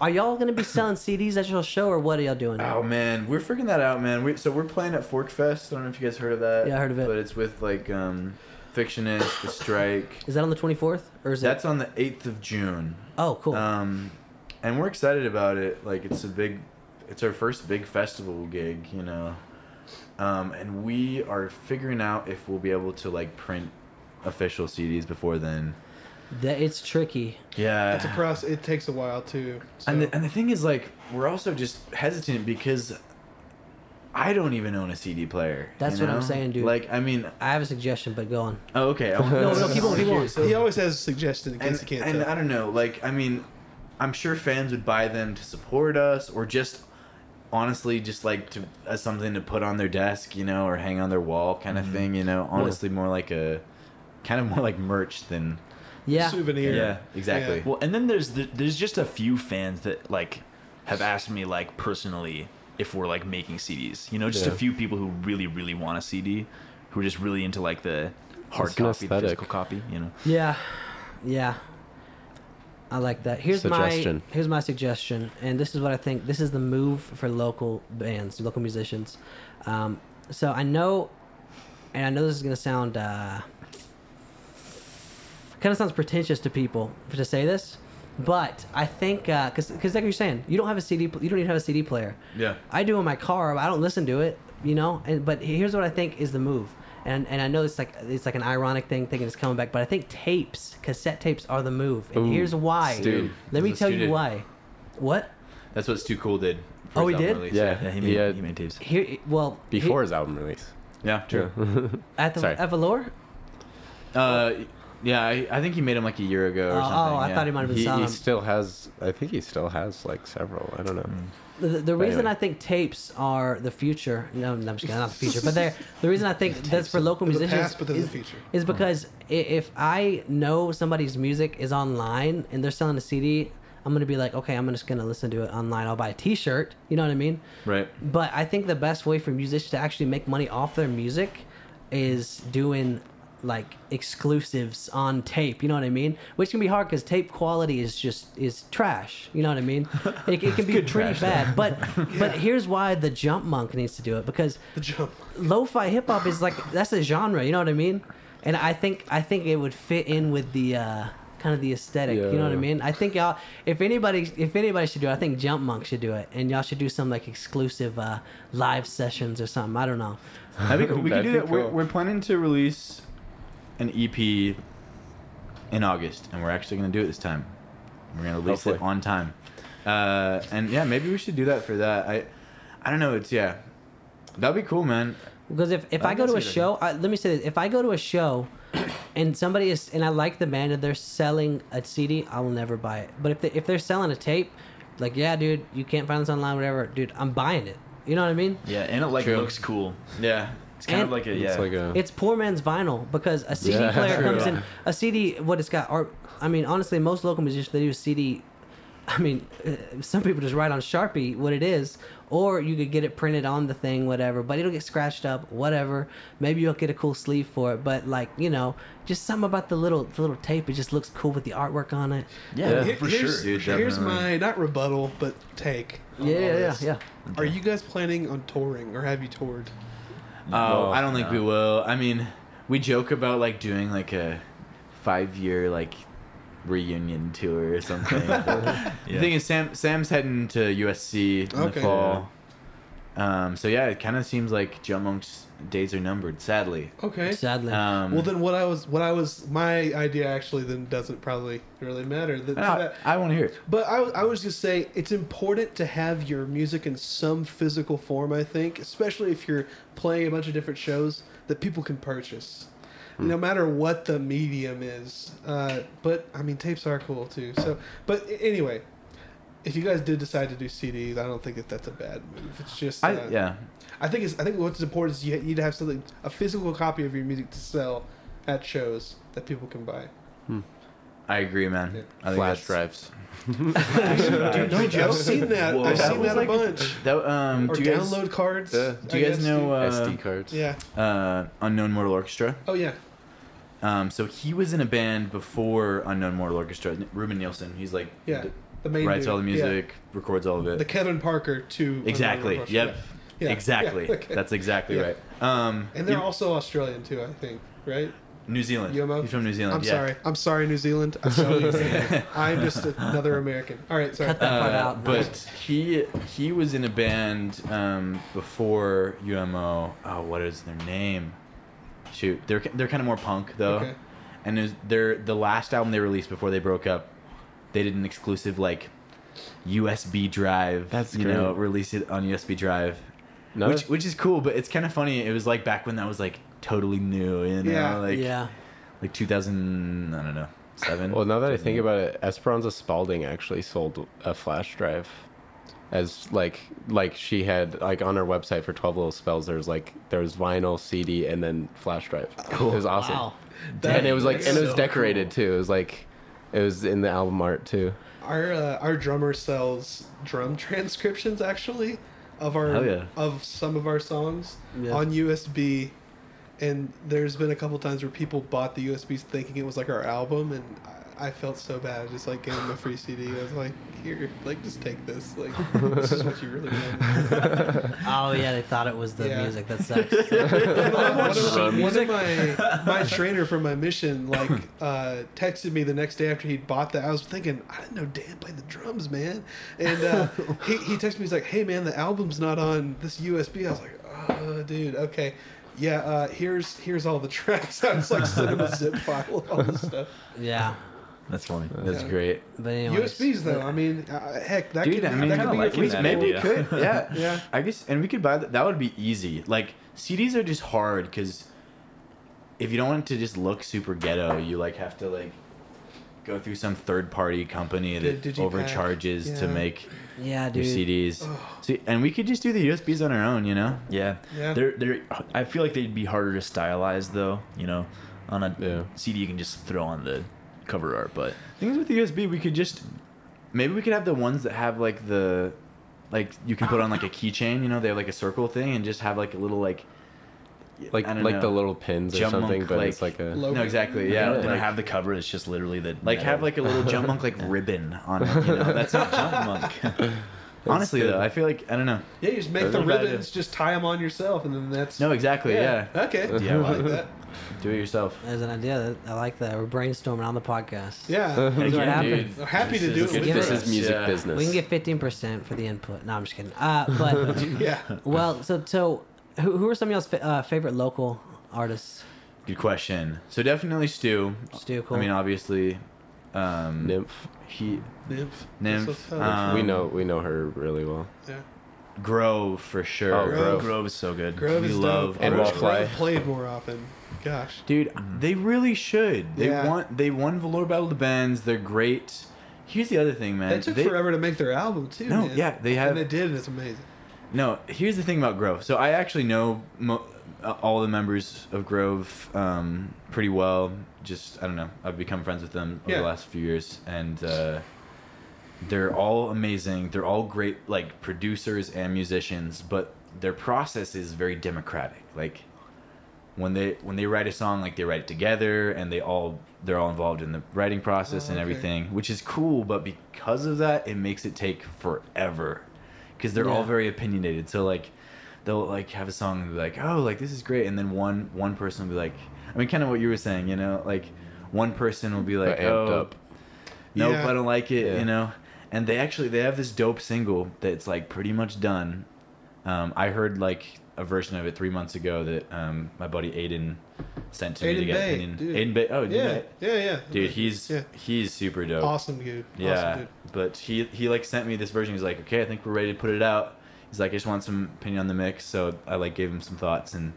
Speaker 1: are y'all gonna be selling CDs at your show, or what are y'all doing?
Speaker 3: Oh man, we're freaking that out, man. We, so we're playing at Fork Fest. I don't know if you guys heard of that.
Speaker 1: Yeah, I heard of it.
Speaker 3: But it's with like um, Fictionist, The Strike.
Speaker 1: Is that on the twenty fourth, or is
Speaker 3: That's
Speaker 1: it?
Speaker 3: on the eighth of June.
Speaker 1: Oh, cool.
Speaker 3: Um, and we're excited about it. Like it's a big, it's our first big festival gig, you know. Um, and we are figuring out if we'll be able to like print official CDs before then.
Speaker 1: that it's tricky.
Speaker 3: Yeah,
Speaker 2: It's a process. It takes a while too. So.
Speaker 3: And the, and the thing is, like, we're also just hesitant because I don't even own a CD player. you
Speaker 1: That's what I'm
Speaker 3: know?
Speaker 1: saying, dude.
Speaker 3: Like, I mean,
Speaker 1: I have a suggestion, but go on.
Speaker 3: oh, okay. I want-
Speaker 1: No, no, keep on, keep on.
Speaker 2: he always has a suggestion in case
Speaker 3: And,
Speaker 2: you can't
Speaker 3: and
Speaker 2: tell.
Speaker 3: I don't know, like, I mean, I'm sure fans would buy them to support us or just honestly just like to as something to put on their desk, you know, or hang on their wall kind
Speaker 1: Mm-hmm.
Speaker 3: of thing, you know. Honestly, more like a kind of more like merch than.
Speaker 1: Yeah.
Speaker 2: Souvenir.
Speaker 3: Yeah, exactly.
Speaker 2: Yeah.
Speaker 4: Well, and then there's the, there's just a few fans that like have asked me like personally if we're like making CDs. You know, just a
Speaker 5: Yeah.
Speaker 4: few people who really really want a CD, who are just really into like the hard
Speaker 5: It's an
Speaker 4: copy, the
Speaker 5: aesthetic.
Speaker 4: physical copy. You know.
Speaker 1: Yeah, yeah. I like that. Here's
Speaker 5: Suggestion.
Speaker 1: my here's my suggestion, and this is what I think. This is the move for local bands, local musicians. Um, so I know, and I know this is gonna sound uh, kind of sounds pretentious to people for- to say this, but I think because because like you're saying, you don't have a CD, pl- you don't even have a CD player.
Speaker 3: Yeah.
Speaker 1: I do in my car. I don't listen to it, you know. And but here's what I think is the move, and and I know it's like it's like an ironic thing, thinking it's coming back. But I think tapes, cassette tapes, are the move, and
Speaker 5: Ooh,
Speaker 1: here's why.
Speaker 5: Stu.
Speaker 1: Let me
Speaker 3: That's
Speaker 1: tell
Speaker 3: what Stu
Speaker 1: you
Speaker 3: did.
Speaker 1: why. What?
Speaker 3: That's what Stu Cool did. for
Speaker 1: Oh,
Speaker 3: his
Speaker 1: he
Speaker 3: album
Speaker 1: did?
Speaker 3: release.
Speaker 5: Yeah.
Speaker 4: Yeah, he made,
Speaker 5: Yeah.
Speaker 4: he made tapes.
Speaker 1: Here, well, he-
Speaker 5: Before his album release.
Speaker 3: Yeah, true.
Speaker 1: at the
Speaker 5: sorry.
Speaker 1: at Valor.
Speaker 3: Uh, yeah, I, I think he made him like a year ago or
Speaker 1: Oh, oh,
Speaker 3: something.
Speaker 1: I
Speaker 3: yeah.
Speaker 1: thought he might have been
Speaker 5: He,
Speaker 1: selling
Speaker 5: he
Speaker 1: 'em.
Speaker 5: still has. I think he still has like several. I don't know.
Speaker 1: The, the reason
Speaker 5: anyway.
Speaker 1: I think tapes are the future. No, no, I'm just kidding, not the future. But
Speaker 2: [laughs]
Speaker 1: they're the reason I think that's for local
Speaker 2: There's a
Speaker 1: musicians.
Speaker 2: past, but there's a
Speaker 1: is,
Speaker 2: future. Hmm.
Speaker 1: is because i- if I know somebody's music is online and they're selling a CD, I'm gonna be like, okay, I'm just gonna listen to it online. I'll buy a T-shirt. You know what I mean?
Speaker 3: Right.
Speaker 1: But I think the best way for musicians to actually make money off their music is doing like exclusives on tape. You know what I mean? Which can be hard because tape quality is just is trash. You know what I mean? It, it can be pretty
Speaker 3: trash,
Speaker 1: bad. But but here's why the Jump Monk needs to do it because
Speaker 2: The jump.
Speaker 1: lo-fi hip hop is like that's a genre. You know what I mean? And I think I think it would fit in with the. uh Kind of the aesthetic, you know what I
Speaker 5: Yeah.
Speaker 1: mean. I think y'all, if anybody, if anybody should do it, I think Jump Monk should do it, and y'all should do some like exclusive uh, live sessions or something. I don't know.
Speaker 3: I
Speaker 5: [laughs]
Speaker 3: think we could
Speaker 5: That'd
Speaker 3: do
Speaker 5: be
Speaker 3: that. We're,
Speaker 5: cool.
Speaker 3: we're planning to release an EP in August, and we're actually going to do it this time. We're going to release it
Speaker 5: Hopefully.
Speaker 3: on time. Uh, and yeah, maybe we should do that for that. I, I don't know. It's yeah, that'd be cool, man.
Speaker 1: Because if, if
Speaker 3: I
Speaker 1: I, go
Speaker 3: can
Speaker 1: to a
Speaker 3: see that.
Speaker 1: show, I, let me say this: if I go to a show, and somebody is and I like the band and they're selling a CD, I will never buy it. But if they, if they're selling a tape, like yeah, dude, you can't find this online, whatever, dude, I'm buying it. You know what I mean?
Speaker 4: Yeah, and it like
Speaker 3: True.
Speaker 4: looks cool.
Speaker 3: Yeah,
Speaker 4: It's kind
Speaker 1: And-
Speaker 4: of like a yeah.
Speaker 5: It's like a.
Speaker 1: It's poor man's vinyl because a CD
Speaker 5: Yeah,
Speaker 1: player
Speaker 5: true.
Speaker 1: comes in. A CD, what it's got, are I mean, honestly, most local musicians they do a CD. I mean, uh, some people just write on Sharpie what it is, or you could get it printed on the thing, whatever. But it'll get scratched up, whatever. Maybe you'll get a cool sleeve for it, but like you know, just something about the little the little tape. It just looks cool with the artwork on it.
Speaker 4: yeah,
Speaker 2: Here-
Speaker 4: for
Speaker 2: here's,
Speaker 4: sure.
Speaker 3: Dude,
Speaker 2: here's
Speaker 3: definitely.
Speaker 2: my not rebuttal, but take. on
Speaker 1: Yeah,
Speaker 2: all
Speaker 1: yeah, yeah,
Speaker 2: this.
Speaker 1: yeah.
Speaker 2: Are you guys planning on touring, or have you toured?
Speaker 3: Oh,
Speaker 5: Well,
Speaker 3: I don't think we
Speaker 4: no.
Speaker 3: will. I mean, we joke about like doing like a five year like reunion tour or something.
Speaker 5: [laughs]
Speaker 3: the
Speaker 4: Yeah.
Speaker 3: thing is, Sam Sam's heading to USC in
Speaker 2: Okay.
Speaker 3: the fall. Um, so yeah, it kind of seems like Joe Monk's days are numbered, sadly.
Speaker 2: Okay.
Speaker 1: Sadly.
Speaker 3: Um,
Speaker 2: Well, then what I was what I was my idea actually then doesn't probably really matter. That-
Speaker 3: I,
Speaker 2: that-
Speaker 3: I want to hear it.
Speaker 2: But I, I was just saying, it's important to have your music in some physical form, I think, especially if you're playing a bunch of different shows that people can purchase,
Speaker 3: Hmm.
Speaker 2: no matter what the medium is. Uh, but, I mean, tapes are cool too. So, but a- anyway, if you guys did decide to do CDs, I don't think that that's a bad move. It's just, uh,
Speaker 3: I, yeah,
Speaker 2: I think it's, I think what's important is you need to have something, a physical copy of your music to sell at shows that people can
Speaker 3: [laughs]
Speaker 2: buy.
Speaker 3: I agree, man.
Speaker 2: Yeah.
Speaker 3: I think
Speaker 5: Flash
Speaker 3: that's-
Speaker 5: drives.
Speaker 2: Dude, no, I've seen that. I've
Speaker 3: That
Speaker 2: seen
Speaker 3: was
Speaker 2: that
Speaker 3: like-
Speaker 2: a bunch.
Speaker 3: That, um,
Speaker 2: or
Speaker 3: do you guys,
Speaker 2: download cards.
Speaker 5: Yeah.
Speaker 3: do you
Speaker 2: I
Speaker 3: guys
Speaker 2: guess,
Speaker 3: know uh,
Speaker 5: SD cards.
Speaker 2: dude. yeah.
Speaker 3: uh, Unknown Mortal Orchestra?
Speaker 2: Oh yeah.
Speaker 3: Um, so he was in a band before Unknown Mortal Orchestra. Ruben Nielsen. He's like
Speaker 2: Yeah.
Speaker 3: d-
Speaker 2: The main.
Speaker 3: writes
Speaker 2: dude.
Speaker 3: all the
Speaker 2: Yeah.
Speaker 3: music, records all of it.
Speaker 2: The Kevin Parker too.
Speaker 3: exactly. Yep.
Speaker 2: Yeah.
Speaker 3: Exactly.
Speaker 2: [laughs] Yeah, okay.
Speaker 3: That's exactly
Speaker 2: Yeah.
Speaker 3: right. Um,
Speaker 2: And they're
Speaker 3: you-
Speaker 2: also Australian too, I think. Right?
Speaker 3: New Zealand.
Speaker 2: Yomo?
Speaker 3: He's from New Zealand.
Speaker 2: I'm
Speaker 3: Uh, yeah.
Speaker 2: sorry. I'm sorry, New Zealand. I'm sorry, New
Speaker 3: [laughs]
Speaker 2: Zealand. I'm just another American. All right. Sorry.
Speaker 1: Cut that part
Speaker 3: Uh,
Speaker 1: out.
Speaker 3: But he he was in a band um, before UMO. Oh, what is their name? Shoot, they're they're kind of more punk though.
Speaker 2: Okay.
Speaker 3: And there's- their the last album they released before they broke up, they did an exclusive like USB drive.
Speaker 5: That's
Speaker 3: you know
Speaker 5: great.
Speaker 3: release it on USB drive,
Speaker 5: No,
Speaker 3: which which is cool. But it's kind of funny. It was like back when that was like totally new. You know,
Speaker 2: Yeah.
Speaker 3: like
Speaker 1: yeah.
Speaker 3: like 2000. I don't know. Seven.
Speaker 5: Well, now that I think about it, Esperanza Spalding actually sold a flash drive as like like she had like on her website for 12 little spells there's like there was vinyl CD and then flash drive. Cool. It was awesome.
Speaker 1: Wow.
Speaker 5: And it was like
Speaker 2: That's
Speaker 5: and it was
Speaker 2: so
Speaker 5: decorated too. It was like it was in the album art too.
Speaker 2: Our uh, our drummer sells drum [laughs] transcriptions actually of our
Speaker 3: Hell yeah.
Speaker 2: of some of our songs
Speaker 1: Yeah.
Speaker 2: on USB, and there's been a couple times where people bought the USBs thinking it was like our album, and I, I felt so bad. I just like gave them a free CD. I was like, here, like just take this. Like this is what you really
Speaker 3: [laughs]
Speaker 2: want.
Speaker 1: Oh yeah, they thought it was the
Speaker 2: Yeah.
Speaker 1: music. That sucks. [laughs]
Speaker 2: one of,
Speaker 1: Drum
Speaker 2: one of
Speaker 1: music?
Speaker 2: my
Speaker 3: [laughs]
Speaker 2: my trainer from my mission like uh, texted me the next day after he'd bought that. I was thinking I didn't know Dan played the drums, man. And
Speaker 3: [laughs]
Speaker 2: uh, he he texted me he's like, Hey man, the album's not on this USB. I was like, Oh dude, okay. Yeah, uh, here's here's all the tracks. [laughs] I was like, sent him a zip file of all this
Speaker 3: [laughs]
Speaker 2: stuff.
Speaker 1: yeah.
Speaker 4: That's funny.
Speaker 3: that's
Speaker 2: Yeah.
Speaker 3: great.
Speaker 1: But anyways.
Speaker 2: USBs though, I mean, uh, heck, that
Speaker 3: Dude,
Speaker 2: could,
Speaker 3: I mean,
Speaker 2: that could be
Speaker 4: kinda
Speaker 2: your
Speaker 4: liking
Speaker 2: first goal.
Speaker 4: that
Speaker 3: maybe we
Speaker 4: idea.
Speaker 3: could,
Speaker 4: [laughs]
Speaker 3: yeah,
Speaker 2: Yeah.
Speaker 3: I guess, and we could buy that. That would be easy. Like CDs are just hard because if you don't want it to just look super ghetto, you like have to like go through some third party company
Speaker 2: Did-
Speaker 3: that
Speaker 2: did you pack?
Speaker 3: overcharges to
Speaker 2: Yeah.
Speaker 3: make
Speaker 1: Yeah,
Speaker 3: your
Speaker 1: dude.
Speaker 3: CDs.
Speaker 2: Ugh.
Speaker 3: See, and we could just do the USBs on our own, you know.
Speaker 4: Yeah.
Speaker 2: Yeah.
Speaker 4: They're they're. I feel like they'd be harder to stylize though. You know, on a
Speaker 5: Yeah.
Speaker 4: CD you can just throw on the cover art, but
Speaker 3: Things with the USB, we could just maybe we could have the ones that have like the like you can put on like a keychain, you know, they have like a circle thing, and just have like a little like
Speaker 5: Like
Speaker 3: I
Speaker 5: like
Speaker 3: don't know.
Speaker 5: the little pins or
Speaker 3: Jump
Speaker 5: something,
Speaker 3: monk,
Speaker 5: but
Speaker 3: like-
Speaker 5: it's like a
Speaker 2: Logo.
Speaker 3: No, exactly.
Speaker 4: yeah,
Speaker 3: Yeah,
Speaker 4: they don't
Speaker 3: like-
Speaker 4: have the cover. It's just literally the
Speaker 3: Like have
Speaker 4: metal.
Speaker 3: like a little jump monk like ribbon on it. You know, that's not jump monk. [laughs] Honestly
Speaker 5: good.
Speaker 3: though, I feel like I don't know.
Speaker 2: Yeah, you just make
Speaker 3: That's
Speaker 2: the
Speaker 3: not a bad idea.
Speaker 2: ribbons, just tie them on yourself, and then that's
Speaker 3: No, exactly. Yeah,
Speaker 2: Okay.
Speaker 3: Yeah,
Speaker 2: I like that.
Speaker 3: do it yourself.
Speaker 1: There's an idea. That, I like that. We're brainstorming on the podcast.
Speaker 2: Yeah.
Speaker 1: That's what
Speaker 3: Again,
Speaker 1: happened.
Speaker 2: I'm happy to do
Speaker 5: this,
Speaker 2: it with
Speaker 1: Yeah.
Speaker 5: this
Speaker 1: us.
Speaker 5: is music
Speaker 3: Yeah.
Speaker 5: business.
Speaker 1: We can get fifteen percent for the input. No, I'm just kidding.
Speaker 2: [laughs]
Speaker 1: Uh, but
Speaker 2: [laughs] Yeah.
Speaker 1: well, so so who, who are some of y'all's fa- uh, favorite local artists?
Speaker 3: Good question. So definitely Stu.
Speaker 1: Stu, cool.
Speaker 3: I mean, obviously, um,
Speaker 5: Nymph.
Speaker 3: he
Speaker 2: Nymph.
Speaker 3: Nymph,
Speaker 2: That's so fun.
Speaker 3: um,
Speaker 5: we know we know her really well.
Speaker 2: yeah.
Speaker 3: Grove for sure.
Speaker 5: Oh, Grove.
Speaker 4: Grove is so good.
Speaker 2: Grove
Speaker 3: we
Speaker 2: is
Speaker 3: love
Speaker 2: dope. I
Speaker 5: and
Speaker 2: wish
Speaker 5: Wallfly.
Speaker 2: Grove played more often. Gosh.
Speaker 3: Dude, they really should. They
Speaker 2: Yeah.
Speaker 3: want. They won Valor Battle to Bands. They're great. Here's the other thing, man.
Speaker 2: They took forever to make their album too.
Speaker 3: No,
Speaker 2: man.
Speaker 3: yeah, they have-
Speaker 2: And they did, and it's amazing.
Speaker 3: No, here's the thing about Grove. So I actually know mo- uh, all the members of Grove um, pretty well. Just I don't know. I've become friends with them over
Speaker 2: Yeah.
Speaker 3: the last few years, and uh, they're all amazing. They're all great, like producers and musicians. But their process is very democratic. Like when they when they write a song, like they write it together, and they all they're all involved in the writing process
Speaker 2: Oh,
Speaker 3: and
Speaker 2: okay.
Speaker 3: everything, which is cool. But because of that, it makes it take forever because they're all
Speaker 1: Yeah.
Speaker 3: very opinionated. So like they'll like have a song and be like, "Oh, like this is great," and then one one person will be like, I mean, kind of what you were saying, you know, like one person will be like,
Speaker 5: But amped
Speaker 3: "Oh,
Speaker 5: up.
Speaker 3: nope,
Speaker 2: Yeah.
Speaker 3: I don't like it,
Speaker 5: Yeah.
Speaker 3: you know. And they actually they have this dope single that's like pretty much done. Um, I heard like a version of it three months ago that um, my buddy Aiden sent to me to
Speaker 2: Aiden
Speaker 3: get
Speaker 2: Bay,
Speaker 3: opinion.
Speaker 2: dude.
Speaker 3: Aiden Bay, oh
Speaker 2: yeah,
Speaker 3: yeah,
Speaker 2: yeah, yeah.
Speaker 3: dude, he's
Speaker 2: yeah.
Speaker 3: he's super dope.
Speaker 2: awesome, dude.
Speaker 3: Yeah,
Speaker 2: awesome, dude.
Speaker 3: but he he like sent me this version. He's like, okay, I think we're ready to put it out. He's like, I just want some opinion on the mix. So I like gave him some thoughts, and,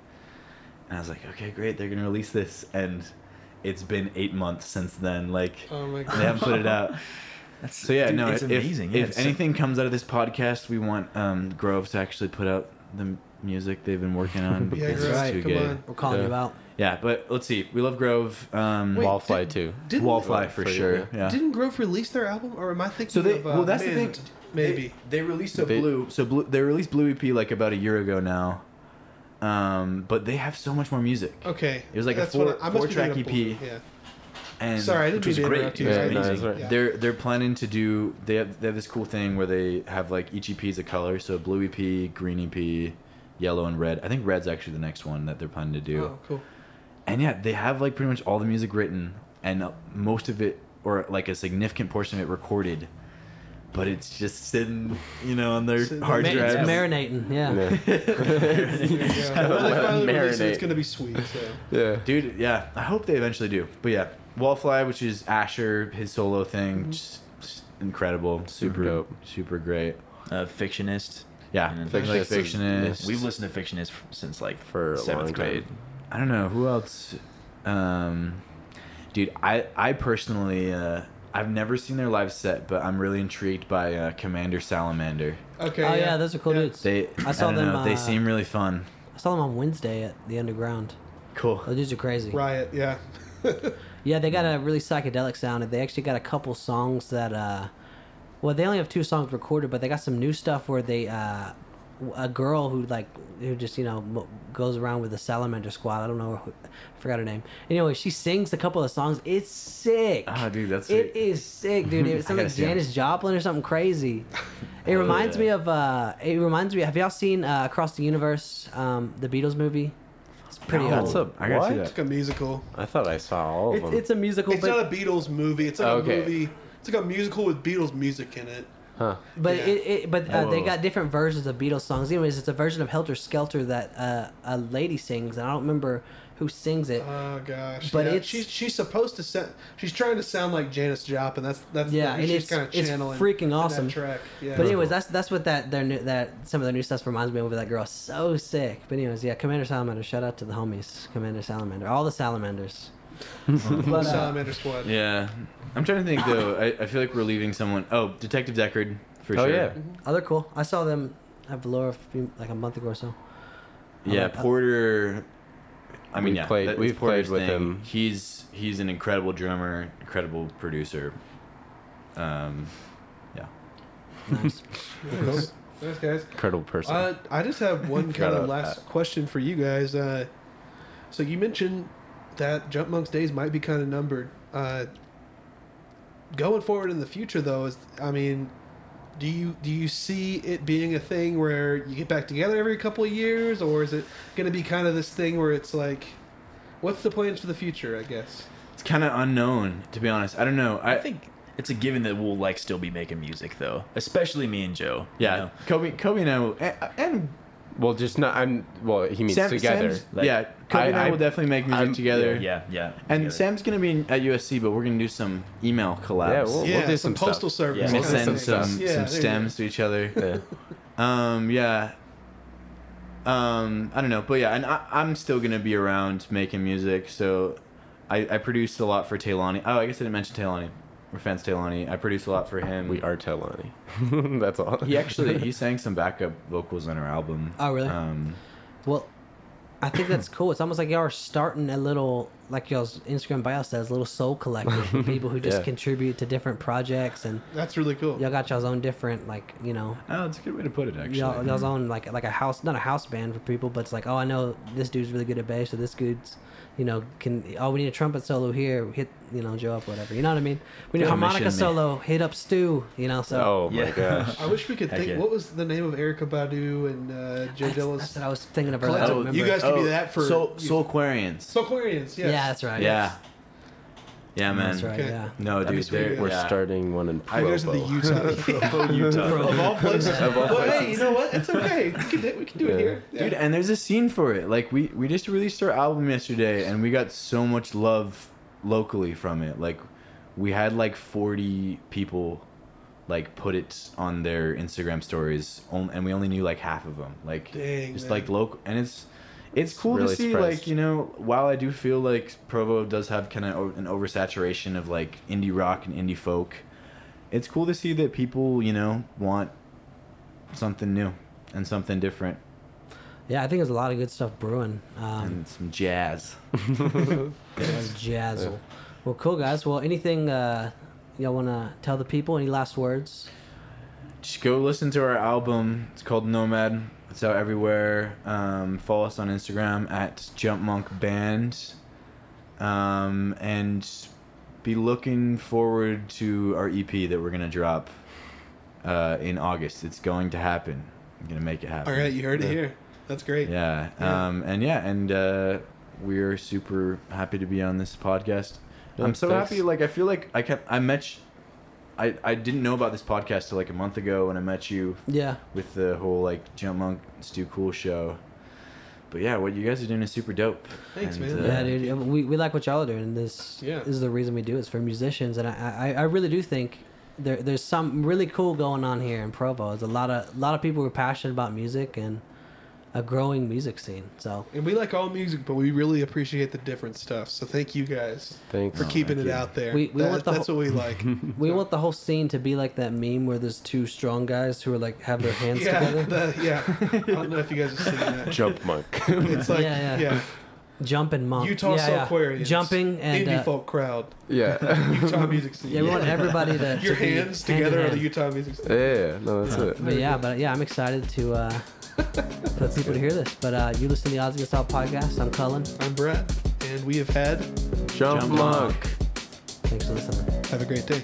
Speaker 3: and I was like, okay, great, they're gonna release this, and it's been eight months since then. Like
Speaker 2: Oh my
Speaker 3: they haven't
Speaker 2: god. [laughs]
Speaker 3: put it out.
Speaker 4: That's
Speaker 3: So yeah,
Speaker 4: dude,
Speaker 3: no,
Speaker 4: it's
Speaker 3: if,
Speaker 4: amazing. Yeah,
Speaker 3: If
Speaker 4: it's-
Speaker 3: anything comes out of this podcast, we want um, Grove to actually put out the m- music they've been working on.
Speaker 2: [laughs] Yeah,
Speaker 3: because it's
Speaker 1: Grove,
Speaker 3: too
Speaker 2: come
Speaker 3: good.
Speaker 2: on.
Speaker 1: We're calling
Speaker 5: Yeah.
Speaker 1: you out.
Speaker 3: Yeah, but let's see. We love Grove. Um,
Speaker 2: Wait,
Speaker 5: Wallfly
Speaker 2: did-
Speaker 5: too.
Speaker 2: didn't-
Speaker 3: Wallfly for
Speaker 5: For you,
Speaker 3: sure. Yeah.
Speaker 2: Didn't Grove release their album, or am I thinking
Speaker 3: So they
Speaker 2: of? Uh,
Speaker 3: well, that's the
Speaker 2: Mint?
Speaker 3: thing.
Speaker 2: Maybe.
Speaker 3: they, they released a
Speaker 5: They-
Speaker 3: blue. So blue, they released Blue EP like about a year ago now, um, but they have so much more music.
Speaker 2: okay.
Speaker 3: It was like a
Speaker 2: that's what
Speaker 3: four- E
Speaker 2: I, I must be
Speaker 3: four-track
Speaker 2: thinking of
Speaker 3: EP.
Speaker 2: Blue, Yeah.
Speaker 3: And
Speaker 2: Sorry, I didn't
Speaker 4: which
Speaker 2: mean to
Speaker 4: was great,
Speaker 2: interrupt you.
Speaker 5: yeah,
Speaker 2: Sorry.
Speaker 5: no, it's right.
Speaker 2: Yeah.
Speaker 3: They're they're planning to do they have they have this cool thing where they have like each EP is a color. So blue EP, green EP, yellow and red. I think red's actually the next one that they're planning to do.
Speaker 2: Oh,
Speaker 3: [laughs]
Speaker 2: cool.
Speaker 3: And yeah, they have like pretty much all the music written and uh, most of it, or like a significant portion of it, recorded. But it's just sitting, you know, on their
Speaker 2: Sitting-
Speaker 3: hard
Speaker 2: Ma- it's
Speaker 1: It's
Speaker 3: drive.
Speaker 1: marinating. Yeah.
Speaker 3: [laughs]
Speaker 5: Yeah.
Speaker 2: Yeah. Well, they finally released it. It's
Speaker 5: Marinate.
Speaker 2: gonna be sweet. So.
Speaker 5: yeah.
Speaker 3: Dude, yeah, I hope they eventually do. But yeah, Wallfly, which is Asher, his solo thing,
Speaker 2: Mm-hmm.
Speaker 3: just, just incredible, super,
Speaker 5: Super dope.
Speaker 3: super great.
Speaker 4: uh, fictionist.
Speaker 3: Yeah,
Speaker 4: And then
Speaker 3: Like
Speaker 5: Fictionist is-
Speaker 3: fictionist.
Speaker 4: We've listened to fictionist f- since like
Speaker 5: For a
Speaker 4: seventh
Speaker 5: long
Speaker 4: grade.
Speaker 5: time.
Speaker 3: I don't know who else. Um, dude, I I personally uh, I've never seen their live set, but I'm really intrigued by uh, Commander Salamander.
Speaker 2: Okay.
Speaker 1: Oh yeah, those are cool
Speaker 2: Yeah.
Speaker 1: dudes.
Speaker 3: They
Speaker 1: I saw
Speaker 3: don't
Speaker 1: them,
Speaker 3: Know, they
Speaker 1: uh,
Speaker 3: seem really fun.
Speaker 1: I saw them on Wednesday at the Underground.
Speaker 3: Cool.
Speaker 1: Those dudes are crazy.
Speaker 2: Riot. Yeah.
Speaker 1: Yeah, they got a really psychedelic sound, and they actually got a couple songs that, uh, well, they only have two songs recorded, but they got some new stuff where they, uh, w- a girl who like who just you know m- goes around with the Salamander Squad. I don't know, who, I forgot her name. Anyway, she sings a couple of songs. It's sick.
Speaker 3: Ah, dude, that's
Speaker 1: It
Speaker 3: sweet.
Speaker 1: is sick, dude.
Speaker 3: [laughs]
Speaker 1: It's
Speaker 3: gotta
Speaker 1: something like
Speaker 3: see 'em.
Speaker 1: Janis Joplin or something
Speaker 3: [laughs]
Speaker 1: crazy. It
Speaker 3: Oh,
Speaker 1: reminds
Speaker 3: yeah.
Speaker 1: me of. Uh, it reminds me. Have y'all seen uh, Across the Universe, um, the Beatles movie? It's pretty
Speaker 5: No.
Speaker 1: old.
Speaker 5: That's a-
Speaker 3: I gotta see
Speaker 5: what?
Speaker 3: that.
Speaker 2: It's like a musical.
Speaker 5: I thought I saw all of
Speaker 1: It's,
Speaker 5: them.
Speaker 1: it's a musical,
Speaker 2: It's
Speaker 1: but
Speaker 2: not a Beatles movie. It's like
Speaker 5: Okay.
Speaker 2: a movie. It's like a musical with Beatles music in it.
Speaker 5: huh.
Speaker 1: But
Speaker 2: Yeah.
Speaker 1: it, it but uh, they
Speaker 3: Whoa.
Speaker 1: got different versions of Beatles songs. Anyways, it's a version of Helter Skelter that uh, a lady sings, and I don't remember who sings it.
Speaker 2: Oh gosh.
Speaker 1: But
Speaker 2: yeah.
Speaker 1: it's-
Speaker 2: she's she's supposed to sound. She's trying to sound like Janis Joplin. That's that's
Speaker 1: Yeah,
Speaker 2: who
Speaker 1: and
Speaker 2: she's
Speaker 1: it's-
Speaker 2: kind of
Speaker 1: it's
Speaker 2: channeling.
Speaker 1: freaking
Speaker 2: in that
Speaker 1: awesome.
Speaker 2: track. Yeah.
Speaker 1: but anyways, that's that's what that their new, that some of their new stuff reminds me of. With that girl, so sick. But anyways, yeah, Commander Salamander. Shout out to the homies, Commander Salamander, all the
Speaker 2: [laughs]
Speaker 1: salamanders.
Speaker 2: The
Speaker 1: but, uh,
Speaker 2: Salamander Squad.
Speaker 3: Yeah, I'm trying to think
Speaker 1: [coughs]
Speaker 3: though. I, I feel like we're leaving someone. Oh, Detective Deckard for
Speaker 5: Oh
Speaker 3: sure.
Speaker 5: yeah.
Speaker 1: oh, they're cool. I saw them at Valora a few, like a month ago or so.
Speaker 3: Yeah,
Speaker 1: like that.
Speaker 3: Porter. I mean,
Speaker 5: We've
Speaker 3: yeah,
Speaker 5: played-
Speaker 3: that-
Speaker 5: we've
Speaker 3: it's Porter's
Speaker 5: played with
Speaker 3: thing.
Speaker 5: him.
Speaker 3: He's he's an incredible drummer, incredible producer. Um, yeah.
Speaker 1: Nice.
Speaker 2: Nice. Nice guys.
Speaker 5: Incredible person.
Speaker 2: Uh, I just [laughs] have one
Speaker 5: Forgot
Speaker 2: kind of
Speaker 5: about
Speaker 2: last
Speaker 5: that.
Speaker 2: question for you guys. Uh, so you mentioned that Jump Monk's days might be kind of numbered. Uh, going forward in the future, though, is I mean, do you do you see it being a thing where you get back together every couple of years, or is it going to be kind of this thing where it's like, what's the plans for the future? I guess.
Speaker 3: It's kind of unknown, to be honest. I don't know. I,
Speaker 4: I think it's a given that we'll like still be making music though, especially me and Joe. you
Speaker 3: yeah,
Speaker 4: know?
Speaker 3: Kobe, Kobe and I, will, and, and
Speaker 5: well, just not. I'm. Well, he means
Speaker 3: Sam,
Speaker 5: together.
Speaker 3: Sam's- [laughs]
Speaker 4: Like,
Speaker 3: yeah, Kobe and I,
Speaker 5: I-
Speaker 3: will definitely make music
Speaker 5: I'm-
Speaker 3: together.
Speaker 5: yeah,
Speaker 4: yeah, yeah.
Speaker 3: And
Speaker 4: together.
Speaker 3: Sam's gonna be in, at USC, but we're gonna do some email collabs.
Speaker 5: Yeah, we'll-
Speaker 2: yeah, some,
Speaker 5: do some stuff.
Speaker 2: postal service.
Speaker 4: Yeah.
Speaker 3: we'll
Speaker 2: kind of
Speaker 3: send
Speaker 2: thing.
Speaker 3: some
Speaker 2: Yeah, there you
Speaker 3: some
Speaker 2: go.
Speaker 3: stems to each other.
Speaker 5: yeah.
Speaker 3: Um, yeah. Um, I don't know, but yeah, and I, I'm still gonna be around making music. So, I, I produced a lot for Taylani. Oh, I guess I didn't mention Taylani. We're fans of Taylani. I produced a lot for him.
Speaker 5: We are Telani. [laughs] That's all.
Speaker 3: He actually he sang some backup vocals on our album.
Speaker 1: Oh, really?
Speaker 3: Um,
Speaker 1: Well, I think that's cool. It's almost like y'all are starting a little, like y'all's Instagram bio says, a little soul collective for people who just
Speaker 5: Yeah.
Speaker 1: contribute to different projects, and
Speaker 2: That's really cool.
Speaker 1: y'all got y'all's own different, like you know,
Speaker 3: oh, that's a good way to put it. Actually,
Speaker 1: y'all, y'all's own like like a house, not a house band for people, but it's like, oh, I know this dude's really good at bass, so this dude's. You know, can oh we need a trumpet solo here? Hit you know Joe up whatever. You know what I mean? We need a
Speaker 3: Commission me.
Speaker 1: harmonica solo. Hit up Stu. You know so.
Speaker 5: [laughs] oh
Speaker 4: Yeah.
Speaker 5: my
Speaker 2: [laughs]
Speaker 5: gosh.
Speaker 2: I wish we could
Speaker 4: Heck
Speaker 2: think.
Speaker 4: yeah.
Speaker 2: What was the name of Erica Badu and uh, Joe
Speaker 1: that's,
Speaker 2: Dillon's
Speaker 1: that's what I was thinking of.
Speaker 2: Collective.
Speaker 1: earlier. I don't
Speaker 2: you
Speaker 1: remember.
Speaker 2: guys could be that for-
Speaker 3: Soul Soulquarians.
Speaker 2: So Aquarians, yes.
Speaker 1: Yeah, that's right.
Speaker 3: yeah. Yeah, man.
Speaker 1: That's right.
Speaker 2: Okay.
Speaker 1: Yeah.
Speaker 3: No,
Speaker 4: That'd
Speaker 3: dude,
Speaker 4: be sweet.
Speaker 3: they're-
Speaker 5: We're
Speaker 3: yeah.
Speaker 5: starting one in
Speaker 2: I
Speaker 5: Provo.
Speaker 2: go to the
Speaker 5: [laughs]
Speaker 1: [laughs]
Speaker 2: Utah.
Speaker 4: Oh, Utah.
Speaker 2: Of all places.
Speaker 5: Of all
Speaker 2: Well, hey, you
Speaker 5: places.
Speaker 2: know what? It's okay. We can, do- we can do
Speaker 5: Yeah.
Speaker 2: it here.
Speaker 3: Dude, and there's a scene for it. Like we we just released our album yesterday, and we got so much love locally from it. Like we had like 40 people like put it on their Instagram stories, on, and we only knew like half of them. Like
Speaker 2: Dang,
Speaker 3: just
Speaker 2: man.
Speaker 3: like local, and it's. It's cool
Speaker 5: really
Speaker 3: to see,
Speaker 5: spreads.
Speaker 3: like you know. While I do feel like Provo does have kind of an oversaturation of like indie rock and indie folk, it's cool to see that people, you know, want something new and something different
Speaker 1: Yeah, I think there's a lot of good stuff brewing. Um,
Speaker 3: and some jazz.
Speaker 1: there's Jazzle. Well, cool guys. Well, anything uh, y'all want to tell the people? Any last words?
Speaker 3: Just go listen to our album. It's called Nomad. It's out everywhere. Um, follow us on Instagram at Jump Monk Band, um, and be looking forward to our EP that we're gonna drop uh, in August. It's going to happen. I'm gonna make it happen.
Speaker 2: All right, you heard it here. That's great.
Speaker 3: Yeah.
Speaker 2: Yeah.
Speaker 3: Um, and yeah, and uh, we're super happy to be on this podcast.
Speaker 5: Yeah,
Speaker 3: I'm so
Speaker 5: thanks.
Speaker 3: happy. Like I feel like I kept I met. sh- I, I didn't know about this podcast till like a month ago when I met you
Speaker 1: Yeah.
Speaker 3: with the whole like Jump Monk Stu Cool show. But yeah, what you guys are doing is super dope.
Speaker 2: Thanks,
Speaker 3: And,
Speaker 2: man.
Speaker 1: Yeah, dude. We, we like what y'all are doing. and This
Speaker 2: Yeah.
Speaker 1: is the reason we do it. It's for musicians, and I, I, I really do think there there's some really cool going on here in Provo. There's a lot of lot of people who are passionate about music and a growing music scene. So
Speaker 2: And we like all music, but we really appreciate the different stuff. So thank you guys
Speaker 5: Thanks.
Speaker 2: for keeping it
Speaker 3: thank you.
Speaker 2: out there.
Speaker 1: We- we
Speaker 2: That-
Speaker 1: want the
Speaker 2: that's
Speaker 1: whole- [laughs]
Speaker 2: what we like.
Speaker 1: we want the whole scene to be like that meme where there's two strong guys who are like have their hands
Speaker 2: [laughs] yeah,
Speaker 1: together,
Speaker 2: the, yeah. I don't know if you guys have
Speaker 1: [laughs]
Speaker 2: seen that.
Speaker 5: Jump monk. [laughs]
Speaker 2: It's like
Speaker 1: Yeah,
Speaker 2: yeah,
Speaker 1: yeah. jumping monk,
Speaker 2: Utah
Speaker 1: yeah, yeah.
Speaker 2: Soulquarians,
Speaker 1: jumping and
Speaker 2: indie
Speaker 1: uh,
Speaker 2: folk crowd, [laughs]
Speaker 5: yeah.
Speaker 2: Utah music scene.
Speaker 1: yeah, we want everybody
Speaker 2: [laughs]
Speaker 1: to
Speaker 2: Your
Speaker 1: to be
Speaker 2: hands
Speaker 1: hand in
Speaker 2: together are
Speaker 1: hand.
Speaker 2: the Utah music scene.
Speaker 5: [laughs] Yeah. No, that's it.
Speaker 1: But yeah, but yeah, I'm excited to
Speaker 2: [laughs]
Speaker 1: uh, for people to hear this. But uh, you listen to the Odds Against All podcast. I'm Cullen.
Speaker 2: I'm Brad, and we have had.
Speaker 5: Jump,
Speaker 3: Jump
Speaker 5: monk.
Speaker 3: monk.
Speaker 1: Thanks for listening.
Speaker 2: Have a great day.